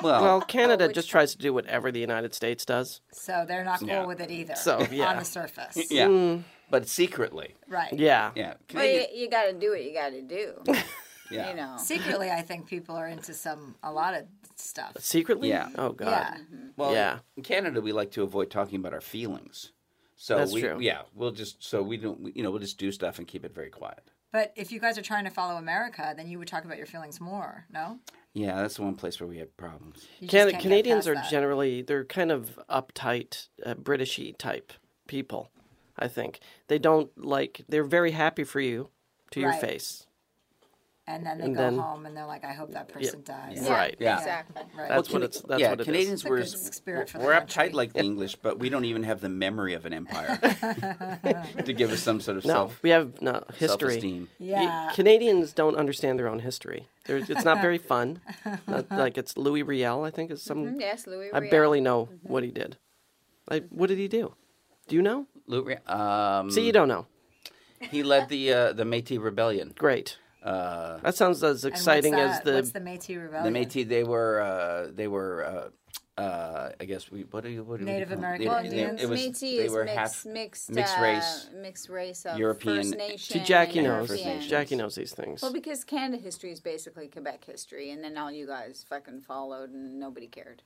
Speaker 1: Well,
Speaker 2: Mm. Well, Canada just tries to do whatever the United States does.
Speaker 5: so they're not cool
Speaker 1: Yeah.
Speaker 5: with it either?
Speaker 2: So,
Speaker 5: on
Speaker 2: yeah.
Speaker 5: the surface,
Speaker 1: yeah,
Speaker 2: mm.
Speaker 1: but secretly,
Speaker 5: right?
Speaker 2: Yeah.
Speaker 1: yeah,
Speaker 3: Well, you,
Speaker 1: Canadian-
Speaker 3: you got to do what you got to do.
Speaker 1: yeah.
Speaker 3: You know.
Speaker 5: Secretly, I think people are into some a lot of stuff.
Speaker 2: Secretly?
Speaker 1: Yeah.
Speaker 2: Oh, God.
Speaker 5: Yeah,
Speaker 1: Well,
Speaker 2: Yeah.
Speaker 1: in Canada, we like to avoid talking about our feelings. So
Speaker 2: That's
Speaker 1: we,
Speaker 2: true.
Speaker 1: yeah, we'll just so we don't, we- you know, we'll just do stuff and keep it very quiet.
Speaker 5: but if you guys are trying to follow America, then you would talk about your feelings more. No,
Speaker 1: Yeah, that's the one place where we have problems.
Speaker 5: You just
Speaker 2: Can-
Speaker 5: can't get
Speaker 2: Canadians
Speaker 5: past
Speaker 2: are
Speaker 5: that.
Speaker 2: generally they're kind of uptight, uh, Britishy type people. I think they don't like they're very happy for you to your
Speaker 5: Right.
Speaker 2: face.
Speaker 5: and then they
Speaker 2: and
Speaker 5: go
Speaker 2: then-
Speaker 5: home and they're like, I hope that person dies.
Speaker 2: Right.
Speaker 1: Yeah.
Speaker 4: Exactly.
Speaker 2: That's
Speaker 5: Right.
Speaker 1: Well,
Speaker 2: what
Speaker 1: Cana-
Speaker 2: it's that's
Speaker 1: yeah,
Speaker 2: what it is.
Speaker 1: Canadians
Speaker 5: a
Speaker 1: were
Speaker 5: good spirit for the
Speaker 1: we're
Speaker 5: country.
Speaker 1: uptight like the English, but we don't even have the memory of an empire to give us some sort of
Speaker 2: No,
Speaker 1: self
Speaker 2: we have no history.
Speaker 1: self-esteem.
Speaker 2: Y-
Speaker 5: yeah.
Speaker 2: Canadians don't understand their own history. They're, it's not very fun. Not- like it's Louis Riel, I think is some.
Speaker 3: Yes, Louis.
Speaker 2: I
Speaker 3: Mm-hmm. Riel.
Speaker 2: barely know what he did. Like, what did he do? Do you know?
Speaker 1: Lou- Um,
Speaker 2: See, you don't know.
Speaker 1: he led the uh, the Métis rebellion.
Speaker 2: Great.
Speaker 1: Uh,
Speaker 2: That sounds as
Speaker 5: And what's
Speaker 2: exciting as
Speaker 5: that-
Speaker 2: the
Speaker 5: what's the Métis
Speaker 1: the
Speaker 5: rebellion?
Speaker 1: Métis, they were uh, they were uh, uh, I guess we what do you what do we
Speaker 5: Native
Speaker 1: call them?
Speaker 5: American
Speaker 1: They- they-
Speaker 5: Indians?
Speaker 1: It was
Speaker 3: Métis
Speaker 1: they
Speaker 3: is
Speaker 1: were
Speaker 3: mixed,
Speaker 1: half
Speaker 3: mixed,
Speaker 1: mixed
Speaker 3: uh,
Speaker 1: race.
Speaker 3: mixed race of
Speaker 1: European-
Speaker 3: First
Speaker 1: See,
Speaker 2: See,
Speaker 3: Nation.
Speaker 2: Jackie
Speaker 1: and
Speaker 2: knows.
Speaker 1: First Nations.
Speaker 2: Jackie knows these things.
Speaker 3: Well, because Canada history is basically Quebec history, and then all you guys fucking followed, and nobody cared.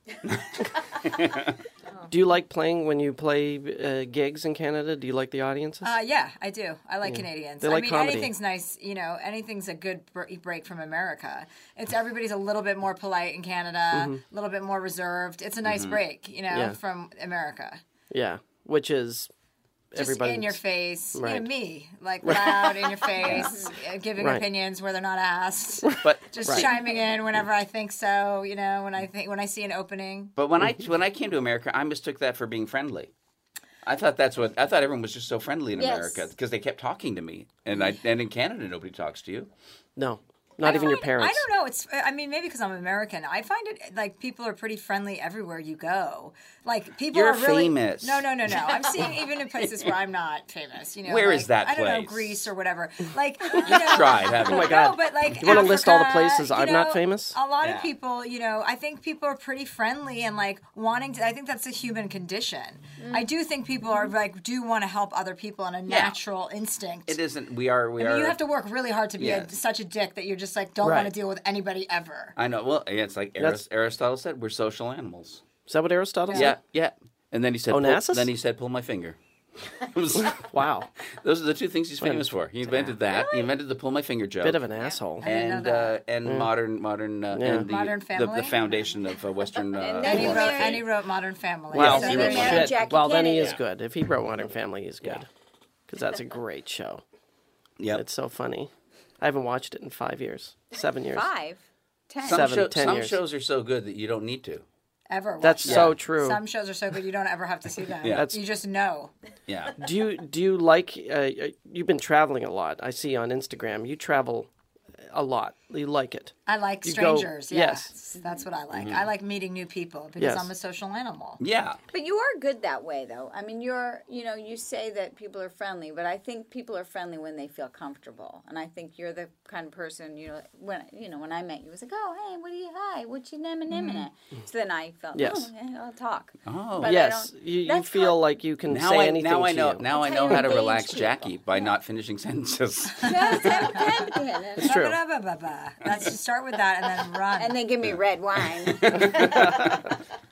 Speaker 2: Do you like playing when you play uh, gigs in Canada? Do you like the audiences?
Speaker 5: Uh, yeah, I do. I like Canadians.
Speaker 2: They
Speaker 5: I
Speaker 2: like
Speaker 5: mean,
Speaker 2: comedy.
Speaker 5: anything's nice. You know, anything's a good br- break from America. It's everybody's a little bit more polite in Canada, a little bit more reserved. It's a nice break, you know,
Speaker 2: Mm-hmm. Yeah.
Speaker 5: from America.
Speaker 2: yeah, which is
Speaker 5: Just
Speaker 2: everybody.
Speaker 5: in your face, you know,
Speaker 2: Right.
Speaker 5: me, like loud in your face, uh, giving
Speaker 2: Right.
Speaker 5: opinions where they're not asked,
Speaker 1: But
Speaker 5: just
Speaker 2: Right.
Speaker 5: chiming in whenever I think so. You know, when I think when I see an opening.
Speaker 1: But when I when I came to America, I mistook that for being friendly. I thought that's what I thought everyone was just so friendly in
Speaker 3: Yes.
Speaker 1: America because they kept talking to me, and I and in Canada nobody talks to you.
Speaker 2: No, not even your
Speaker 5: find-
Speaker 2: parents.
Speaker 5: I don't know. It's. I mean, maybe because I'm American, I find it like people are pretty friendly everywhere you go. Like people
Speaker 1: You're
Speaker 5: are really
Speaker 1: famous.
Speaker 5: No, no, no, no. I'm seeing even in places where I'm not famous. You know,
Speaker 1: Where
Speaker 5: Where
Speaker 1: is
Speaker 5: is
Speaker 1: that
Speaker 5: I don't know
Speaker 1: place?
Speaker 5: Greece or whatever. Like you know,
Speaker 1: Tried, haven't
Speaker 2: Oh my
Speaker 1: you?
Speaker 2: God.
Speaker 5: No, but like
Speaker 2: You wanna list all the
Speaker 5: Africa,
Speaker 2: places
Speaker 5: you
Speaker 2: I'm not
Speaker 5: know,
Speaker 2: famous?
Speaker 5: A lot
Speaker 1: Yeah.
Speaker 5: of people, you know, I think people are pretty friendly and like wanting to. I think that's a human condition.
Speaker 2: Mm.
Speaker 5: I do think people are like do want to help other people on a natural instinct.
Speaker 1: It isn't. We are. We
Speaker 5: I mean,
Speaker 1: are.
Speaker 5: you have to work really hard to be
Speaker 1: Yeah.
Speaker 5: a, such a dick that you're just like don't
Speaker 2: Right.
Speaker 5: want to deal with anybody ever.
Speaker 1: I know. Well, yeah, it's like
Speaker 2: That's-
Speaker 1: Aris- Aristotle said, we're social animals.
Speaker 2: Is that what Aristotle
Speaker 1: Yeah,
Speaker 2: said?
Speaker 1: yeah. And then he said,
Speaker 2: Onassis?
Speaker 1: pull, then he said, pull my finger. It was-
Speaker 2: Wow,
Speaker 1: Those are the two things he's famous for. He invented that. He invented the pull my finger joke.
Speaker 2: bit of an asshole.
Speaker 5: didn't know
Speaker 1: and uh,
Speaker 5: that.
Speaker 1: and modern modern uh,
Speaker 2: Yeah.
Speaker 1: and the,
Speaker 5: Modern
Speaker 1: the, the
Speaker 5: Family?
Speaker 1: foundation of uh, Western. Uh,
Speaker 5: And he
Speaker 1: philosophy.
Speaker 5: wrote, and he wrote Modern Family.
Speaker 2: Wow,
Speaker 5: So
Speaker 1: he
Speaker 5: there
Speaker 1: wrote
Speaker 5: you
Speaker 1: Modern
Speaker 5: go.
Speaker 2: shit.
Speaker 3: Jackie
Speaker 2: well, then he
Speaker 3: Kennedy.
Speaker 2: is good. If he wrote Modern Family, he's good because that's a great show.
Speaker 1: Yep.
Speaker 2: It's so funny. I haven't watched it in five years, seven years.
Speaker 3: Five, ten.
Speaker 1: Some,
Speaker 2: seven,
Speaker 1: show-
Speaker 2: ten
Speaker 1: some
Speaker 2: years.
Speaker 1: shows are so good that you don't need to.
Speaker 5: Ever watch
Speaker 2: That's
Speaker 5: them.
Speaker 2: so true.
Speaker 5: Some shows are so good you don't ever have to see them.
Speaker 1: Yeah.
Speaker 2: That's-
Speaker 5: You just know.
Speaker 1: Yeah.
Speaker 2: do you do you like uh, you've been traveling a lot i see on instagram you travel a lot you like it
Speaker 5: I like
Speaker 2: You go-
Speaker 5: strangers.
Speaker 2: yes. Mm-hmm.
Speaker 5: yes. That's what I like. I like meeting new people because
Speaker 2: Yes.
Speaker 5: I'm a social animal.
Speaker 1: Yeah.
Speaker 3: But you are good that way, though. I mean, you're, you know, you say that people are friendly, but I think people are friendly when they feel comfortable. And I think you're the kind of person, you know, when, you know, when I met you, it was like, oh, hey, what do you, hi, what you, name and name and So then I felt,
Speaker 2: Mm-hmm. Yes.
Speaker 3: oh, eh, I'll talk.
Speaker 1: Oh.
Speaker 3: But I
Speaker 2: yes
Speaker 3: don't-
Speaker 2: you, you
Speaker 3: that's
Speaker 2: feel
Speaker 3: how-
Speaker 2: like you can
Speaker 1: Now
Speaker 2: say
Speaker 1: I
Speaker 2: anything
Speaker 1: now I
Speaker 2: to
Speaker 1: know
Speaker 2: you.
Speaker 1: now I
Speaker 3: That's
Speaker 1: know
Speaker 3: how you
Speaker 1: how to
Speaker 3: engage
Speaker 1: relax
Speaker 3: people.
Speaker 1: Jackie by not finishing sentences.
Speaker 3: Yes, I'm tempted.
Speaker 2: it's true
Speaker 5: Ba-ba-da-ba-ba-ba. Let's just start with that and then run.
Speaker 3: And they give me red wine.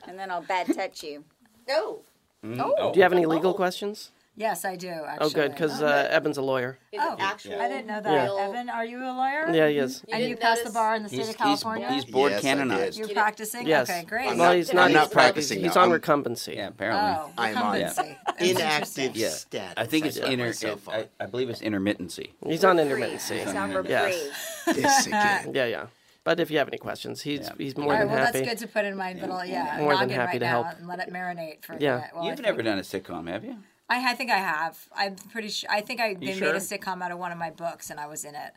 Speaker 3: and then I'll bad touch you.
Speaker 4: No.
Speaker 1: Oh.
Speaker 2: do you have any legal questions
Speaker 5: yes, I do. Actually.
Speaker 2: oh good because uh, evan's a lawyer
Speaker 4: Is
Speaker 5: Oh,
Speaker 4: it actual?
Speaker 5: I didn't know that.
Speaker 4: real-
Speaker 5: Evan, are you a lawyer?
Speaker 2: yeah he is
Speaker 5: And you,
Speaker 4: didn't
Speaker 5: passed the
Speaker 4: notice-
Speaker 5: bar in the state
Speaker 6: He's,
Speaker 1: he's,
Speaker 5: of California.
Speaker 1: he's board
Speaker 6: Yes, I
Speaker 1: canonized.
Speaker 6: did.
Speaker 5: You're practicing.
Speaker 2: yes
Speaker 5: Okay, great.
Speaker 6: I'm
Speaker 2: well
Speaker 6: not-
Speaker 2: he's not
Speaker 6: I'm not
Speaker 2: he's-
Speaker 6: practicing
Speaker 2: he's
Speaker 6: now.
Speaker 2: on
Speaker 6: I'm-
Speaker 2: recumbency
Speaker 1: Yeah, apparently.
Speaker 5: Oh,
Speaker 6: I'm on
Speaker 5: recumbency. That's
Speaker 6: Inactive
Speaker 5: interesting.
Speaker 1: Yeah.
Speaker 6: status.
Speaker 1: I think it's
Speaker 6: got
Speaker 1: inter.
Speaker 6: myself
Speaker 1: I, I believe it's intermittency.
Speaker 2: he's on
Speaker 3: Free.
Speaker 2: intermittency
Speaker 3: It's on reprieve.
Speaker 2: Yes.
Speaker 6: on this again.
Speaker 2: yeah yeah but if you have any questions he's
Speaker 1: Yeah.
Speaker 2: he's more
Speaker 5: All
Speaker 2: than
Speaker 5: right, well,
Speaker 2: happy
Speaker 5: that's good to put in my little yeah
Speaker 2: More than
Speaker 5: noggin
Speaker 2: happy
Speaker 5: right
Speaker 2: to
Speaker 5: now
Speaker 2: help.
Speaker 5: and let it marinate for
Speaker 2: Yeah.
Speaker 5: a minute. Well, I
Speaker 1: You've
Speaker 5: think-
Speaker 1: never done a sitcom, have you?
Speaker 5: I, I think I have. I'm pretty sure. I think I they
Speaker 1: sure?
Speaker 5: made a sitcom out of one of my books, and I was in it.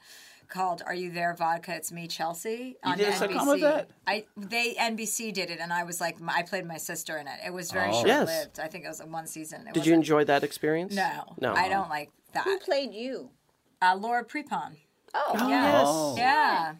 Speaker 5: Called "Are You There, Vodka?" It's me, Chelsea. On
Speaker 1: did a
Speaker 5: NBC.
Speaker 1: sitcom of that?
Speaker 5: I they NBC did it, and I was like, I played my sister in it. It was very
Speaker 1: Oh.
Speaker 5: short
Speaker 2: Yes.
Speaker 5: lived. I think it was like one season. It
Speaker 2: Did you
Speaker 5: wasn't-
Speaker 2: enjoy that experience?
Speaker 5: No,
Speaker 2: No.
Speaker 5: I don't like
Speaker 3: Who
Speaker 5: that.
Speaker 3: played you?
Speaker 5: Uh, Laura Prepon.
Speaker 3: Oh,
Speaker 2: Yes.
Speaker 1: Oh.
Speaker 5: Yeah.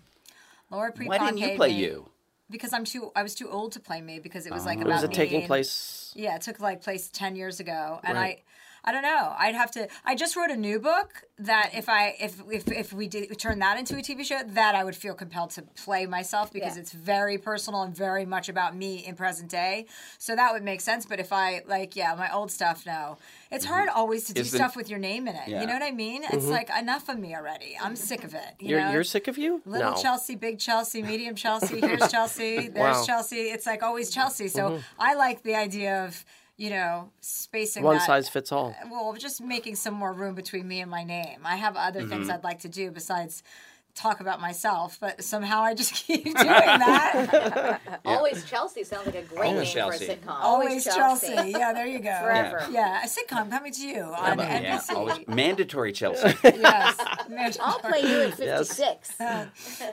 Speaker 5: Laura Prepon.
Speaker 1: Why didn't you
Speaker 5: paid
Speaker 1: play
Speaker 5: me
Speaker 1: you?
Speaker 5: Because I'm too. I was too old to play me because it was like
Speaker 1: Oh. It
Speaker 5: about
Speaker 2: Uh-huh. Was it
Speaker 5: me
Speaker 2: taking
Speaker 5: and-
Speaker 2: place?
Speaker 5: Yeah, it took like place ten years ago, and
Speaker 2: Right.
Speaker 5: I, I don't know. I'd have to. I just wrote a new book that if I if if if we did turn that into a TV show, that I would feel compelled to play myself because
Speaker 3: Yeah.
Speaker 5: it's very personal and very much about me in present day. So that would make sense. But if I like, yeah, my old stuff, no. It's
Speaker 2: Mm-hmm.
Speaker 5: hard always to do
Speaker 1: Is the-
Speaker 5: stuff with your name in it.
Speaker 1: Yeah.
Speaker 5: You know what I mean? It's like enough of me already. I'm sick of it. You
Speaker 2: You're,
Speaker 5: know?
Speaker 2: you're sick of you?
Speaker 5: Little
Speaker 2: no.
Speaker 5: Chelsea, big Chelsea, medium Chelsea, here's Chelsea, there's
Speaker 2: Wow. Mm-hmm.
Speaker 5: Chelsea. It's like always Chelsea. So I like the idea of, you know, spacing
Speaker 2: One
Speaker 5: that-
Speaker 2: size fits all.
Speaker 5: Well, just making some more room between me and my name. I have other things
Speaker 2: Mm-hmm.
Speaker 5: I'd like to do besides talk about myself, but somehow I just keep doing that.
Speaker 4: Always Chelsea sounds like a great
Speaker 1: Always
Speaker 4: name
Speaker 1: Chelsea.
Speaker 4: for a sitcom.
Speaker 5: always
Speaker 3: Always
Speaker 5: Chelsea.
Speaker 3: Chelsea.
Speaker 5: Yeah, there you go.
Speaker 3: forever.
Speaker 5: Yeah, a sitcom coming to you on
Speaker 1: But, yeah,
Speaker 5: NBC.
Speaker 1: always- mandatory Chelsea.
Speaker 5: yes.
Speaker 3: I'll play you at 56.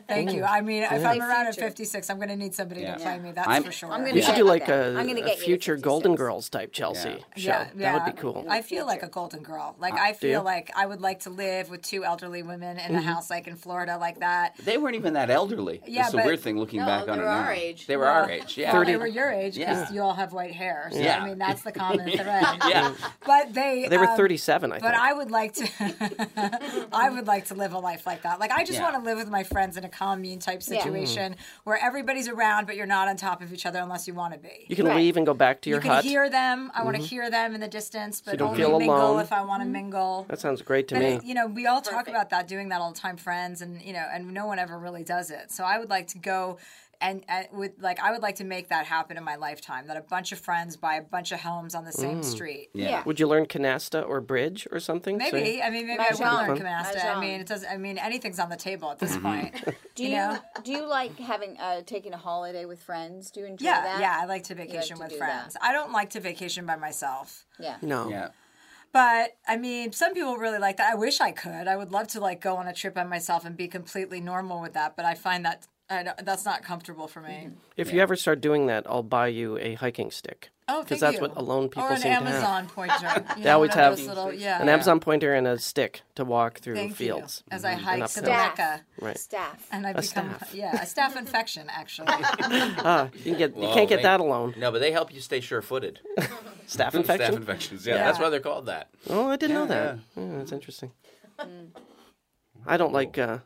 Speaker 5: Thank you. I mean, if I'm around at
Speaker 3: Future.
Speaker 5: 56, I'm going to need somebody
Speaker 1: Yeah.
Speaker 5: to play me. That's
Speaker 1: I'm-
Speaker 5: for sure.
Speaker 3: I'm gonna
Speaker 2: You should do like
Speaker 3: Okay.
Speaker 2: a,
Speaker 3: I'm gonna
Speaker 2: a
Speaker 3: get you to
Speaker 2: future Golden
Speaker 3: 56.
Speaker 2: Girls type Chelsea show.
Speaker 5: Yeah, yeah.
Speaker 2: That would be cool. Ah,
Speaker 5: I feel like a golden girl. Like I
Speaker 2: you? Mm-hmm.
Speaker 5: feel like I would like to live with two elderly women in a house like in Florida like that.
Speaker 1: They weren't even that elderly.
Speaker 5: Yeah,
Speaker 1: it's a
Speaker 5: but-
Speaker 1: weird thing looking
Speaker 4: No,
Speaker 1: back
Speaker 4: they
Speaker 1: on it
Speaker 4: were our
Speaker 1: now.
Speaker 4: age.
Speaker 1: They were our age. Yeah.
Speaker 5: Well, they were your age because
Speaker 1: Yeah.
Speaker 5: you all have white hair. So
Speaker 1: Yeah.
Speaker 5: I mean that's the common thread.
Speaker 1: yeah.
Speaker 5: But they
Speaker 2: They were
Speaker 5: um,
Speaker 2: 37, I think.
Speaker 5: But I would like to, I would like to live a life like that. Like I just
Speaker 1: Yeah.
Speaker 5: want to live with my friends in a commune type
Speaker 2: Mm.
Speaker 5: situation where everybody's around, but you're not on top of each other unless you want to be.
Speaker 2: you can
Speaker 3: Right.
Speaker 2: leave and go back to your
Speaker 5: You can
Speaker 2: hut. Mm-hmm.
Speaker 5: hear them. I want to hear them in the distance, but
Speaker 2: you don't
Speaker 5: only
Speaker 2: feel
Speaker 5: mingle
Speaker 2: alone. Mm-hmm.
Speaker 5: if I want to mingle.
Speaker 2: that sounds great to
Speaker 5: But
Speaker 2: me.
Speaker 5: it- you know, we all talk
Speaker 4: Perfect.
Speaker 5: about that, doing that all the time, friends, and you know, and no one ever really does it. So I would like to go and, and with like I would like to make that happen in my lifetime. That a bunch of friends buy a bunch of homes on the
Speaker 2: Mm.
Speaker 5: same street.
Speaker 1: Yeah.
Speaker 2: Would you learn canasta or bridge or something? So-
Speaker 5: Maybe I mean maybe I
Speaker 3: Mahjong.
Speaker 5: will learn canasta. I
Speaker 3: Mahjong.
Speaker 5: mean it doesn't. I mean anything's on the table at this
Speaker 2: Mm-hmm.
Speaker 5: point.
Speaker 3: Do you,
Speaker 5: You know?
Speaker 3: do you like having uh, taking a holiday with friends? Do you enjoy
Speaker 5: yeah,
Speaker 3: that?
Speaker 5: yeah. I like to vacation
Speaker 3: to
Speaker 5: with
Speaker 3: do
Speaker 5: friends. I don't like to vacation by myself.
Speaker 3: yeah,
Speaker 2: no.
Speaker 1: Yeah.
Speaker 5: But I mean, some people really like that. I wish I could. I would love to like go on a trip by myself and be completely normal with that. But I find that I don't, that's not comfortable for me.
Speaker 2: If you ever start doing that, I'll buy you a hiking stick.
Speaker 5: Oh,
Speaker 2: Because
Speaker 5: thank
Speaker 2: that's
Speaker 5: you.
Speaker 2: what alone people
Speaker 5: or an
Speaker 2: seem to have.
Speaker 5: Amazon pointer. You
Speaker 2: They always
Speaker 5: one of those
Speaker 2: have
Speaker 5: little, yeah.
Speaker 2: An Mm-hmm. Amazon pointer and a stick to walk through
Speaker 5: Thank
Speaker 2: fields.
Speaker 5: you. As I
Speaker 2: and
Speaker 5: hike to
Speaker 2: uphill.
Speaker 5: the
Speaker 3: Staff.
Speaker 5: Mecca,
Speaker 2: Right.
Speaker 3: staff.
Speaker 5: and I become
Speaker 2: staff.
Speaker 5: yeah a staff infection actually.
Speaker 2: Ah, you, can get, you
Speaker 1: Well,
Speaker 2: can't
Speaker 1: they-
Speaker 2: get that alone.
Speaker 1: No, but they help you stay sure-footed.
Speaker 2: Staff
Speaker 1: Staff
Speaker 2: infection?
Speaker 1: infections. Yeah, that's why they're called that.
Speaker 2: Oh, I didn't know that. Yeah, that's interesting.
Speaker 5: Mm.
Speaker 2: I don't like. Uh,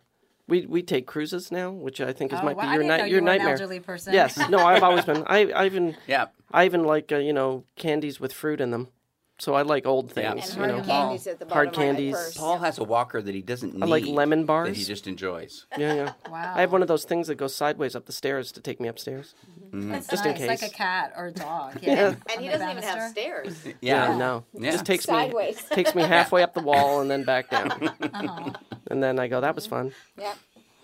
Speaker 2: we we take cruises now, which I think is
Speaker 5: Oh,
Speaker 2: might
Speaker 5: well,
Speaker 2: be
Speaker 5: I
Speaker 2: your
Speaker 5: didn't know
Speaker 2: night
Speaker 5: you
Speaker 2: your
Speaker 5: were an
Speaker 2: nightmare.
Speaker 5: elderly person.
Speaker 2: Yes. No, I've always been. I I even
Speaker 1: Yeah.
Speaker 2: I even like uh, you know candies with fruit in them. So I like old
Speaker 1: Yeah.
Speaker 2: things.
Speaker 3: And
Speaker 2: you
Speaker 3: hard
Speaker 2: know.
Speaker 3: candies at the bottom
Speaker 2: Hard
Speaker 3: of my
Speaker 2: candies.
Speaker 3: purse.
Speaker 1: Paul has a walker that he doesn't need.
Speaker 2: like lemon
Speaker 1: That he
Speaker 2: bars.
Speaker 1: just enjoys.
Speaker 2: Yeah, yeah.
Speaker 5: Wow.
Speaker 2: I have one of those things that goes sideways up the stairs to take me upstairs.
Speaker 5: That's
Speaker 2: Just in
Speaker 5: nice. Like a
Speaker 2: case.
Speaker 5: cat or a dog. Yeah.
Speaker 4: And he doesn't even have stairs.
Speaker 1: Yeah.
Speaker 2: I know.
Speaker 1: Yeah.
Speaker 2: Just takes
Speaker 3: Sideways.
Speaker 2: me takes me halfway up the wall and then back down.
Speaker 5: Uh-huh.
Speaker 2: And then I go, that was fun.
Speaker 3: Yep.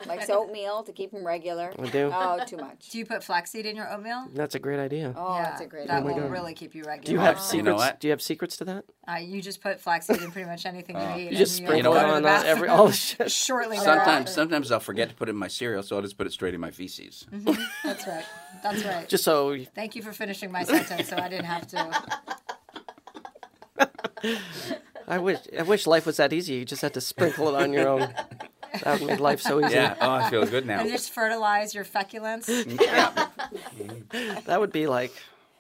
Speaker 3: Likes oatmeal to keep them regular. I
Speaker 2: do.
Speaker 3: Oh, too much.
Speaker 5: Do you put flaxseed in your oatmeal?
Speaker 2: That's a great idea.
Speaker 3: Oh,
Speaker 5: yeah,
Speaker 3: that's a great
Speaker 5: That
Speaker 3: idea.
Speaker 5: will really keep you regular.
Speaker 2: Do you have
Speaker 1: Oh.
Speaker 2: secrets?
Speaker 1: You know what?
Speaker 2: Do you have secrets to that?
Speaker 5: Uh, you just put flaxseed in pretty much anything you eat.
Speaker 2: You just
Speaker 5: and
Speaker 2: sprinkle
Speaker 1: know
Speaker 2: it
Speaker 1: what?
Speaker 5: go to
Speaker 2: on
Speaker 5: the
Speaker 2: all,
Speaker 5: bathroom
Speaker 2: every all the shit.
Speaker 5: Shortly
Speaker 1: Sometimes,
Speaker 5: thereafter.
Speaker 1: sometimes I'll forget to put it in my cereal, so I'll just put it straight in my feces.
Speaker 5: Mm-hmm. That's right. That's right.
Speaker 2: Just so you-
Speaker 5: Thank you for finishing my sentence, so I didn't have to.
Speaker 2: I wish I wish life was that easy. You just had to sprinkle it on your own. That would make life so easy.
Speaker 1: Yeah. Oh, I feel good now.
Speaker 5: And just fertilize your feculence.
Speaker 2: That would be like,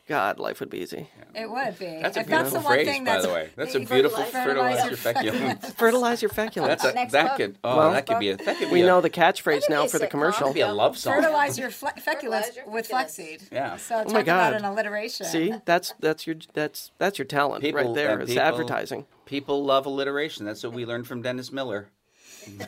Speaker 2: God, life would be easy.
Speaker 5: It would be.
Speaker 1: That's a
Speaker 5: if that's
Speaker 1: beautiful
Speaker 5: the one
Speaker 1: phrase,
Speaker 5: thing
Speaker 1: by
Speaker 5: that's
Speaker 1: the way. That's a
Speaker 5: you
Speaker 1: beautiful
Speaker 5: fertilize
Speaker 1: fertilizer feculum.
Speaker 2: Fertilize your feculum.
Speaker 1: That's a,
Speaker 3: Next
Speaker 1: that
Speaker 3: book.
Speaker 1: could oh
Speaker 2: Well,
Speaker 1: that could be a that could be
Speaker 2: we
Speaker 1: a,
Speaker 2: know the catchphrase
Speaker 3: could
Speaker 2: now
Speaker 3: be a
Speaker 2: for the
Speaker 3: sitcom.
Speaker 2: commercial.
Speaker 1: could be a love song.
Speaker 5: fertilize your fle- feculence
Speaker 4: Fertilize your
Speaker 5: with
Speaker 4: feculence.
Speaker 5: flaxseed.
Speaker 1: Yeah.
Speaker 5: So talk
Speaker 2: Oh my God.
Speaker 5: about an alliteration.
Speaker 2: See, that's that's your that's that's your talent right
Speaker 1: People-
Speaker 2: there.
Speaker 1: uh,
Speaker 2: It's
Speaker 1: people-
Speaker 2: advertising.
Speaker 1: People love alliteration. That's what we learned from Dennis Miller.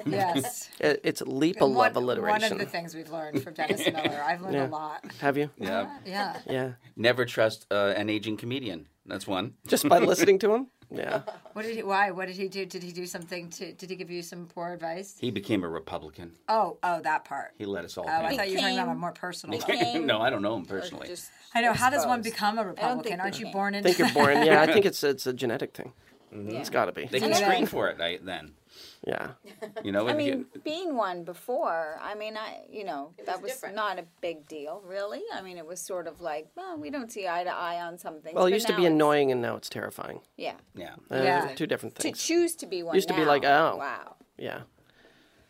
Speaker 5: Yes.
Speaker 2: It, it's leap of
Speaker 5: one,
Speaker 2: love alliteration.
Speaker 5: One of the things we've learned from Dennis Miller. I've learned a lot.
Speaker 2: Have you?
Speaker 1: Yeah.
Speaker 5: Yeah.
Speaker 2: Yeah.
Speaker 1: Never trust uh, an aging comedian. That's one.
Speaker 2: Just by listening to him. Yeah.
Speaker 5: What did he? Why? What did he do? Did he do something to? Did he give you some poor advice?
Speaker 1: He became a Republican.
Speaker 5: Oh, oh, that part.
Speaker 1: He let us all.
Speaker 5: Oh, I
Speaker 1: down.
Speaker 5: thought you were talking about a
Speaker 3: Became-
Speaker 5: more personal. level.
Speaker 3: Became-
Speaker 1: no, I don't know him personally.
Speaker 4: Just
Speaker 5: I know. How does one
Speaker 4: exposed.
Speaker 5: become a
Speaker 3: think
Speaker 5: Republican?
Speaker 3: they
Speaker 5: Aren't you
Speaker 3: can.
Speaker 5: born
Speaker 2: I
Speaker 5: into?
Speaker 2: think you're
Speaker 5: that?
Speaker 2: born. Yeah, I think it's it's a genetic thing. It's got to be.
Speaker 1: they can
Speaker 5: And then-
Speaker 1: screen for it I, then.
Speaker 2: Yeah.
Speaker 1: You know,
Speaker 3: I
Speaker 1: if you
Speaker 3: mean,
Speaker 1: get-
Speaker 3: being one before, I mean, I, you know, that was
Speaker 4: was different.
Speaker 3: not a big deal, really. I mean, it was sort of like, well, we don't see eye to eye on something.
Speaker 2: Well, it used to be annoying, and now it's terrifying.
Speaker 3: Yeah.
Speaker 1: yeah.
Speaker 2: Uh,
Speaker 5: Yeah.
Speaker 2: Two different
Speaker 3: To
Speaker 2: things.
Speaker 3: choose to be one
Speaker 2: Used to be
Speaker 3: now,
Speaker 2: like, oh.
Speaker 3: wow.
Speaker 2: Yeah.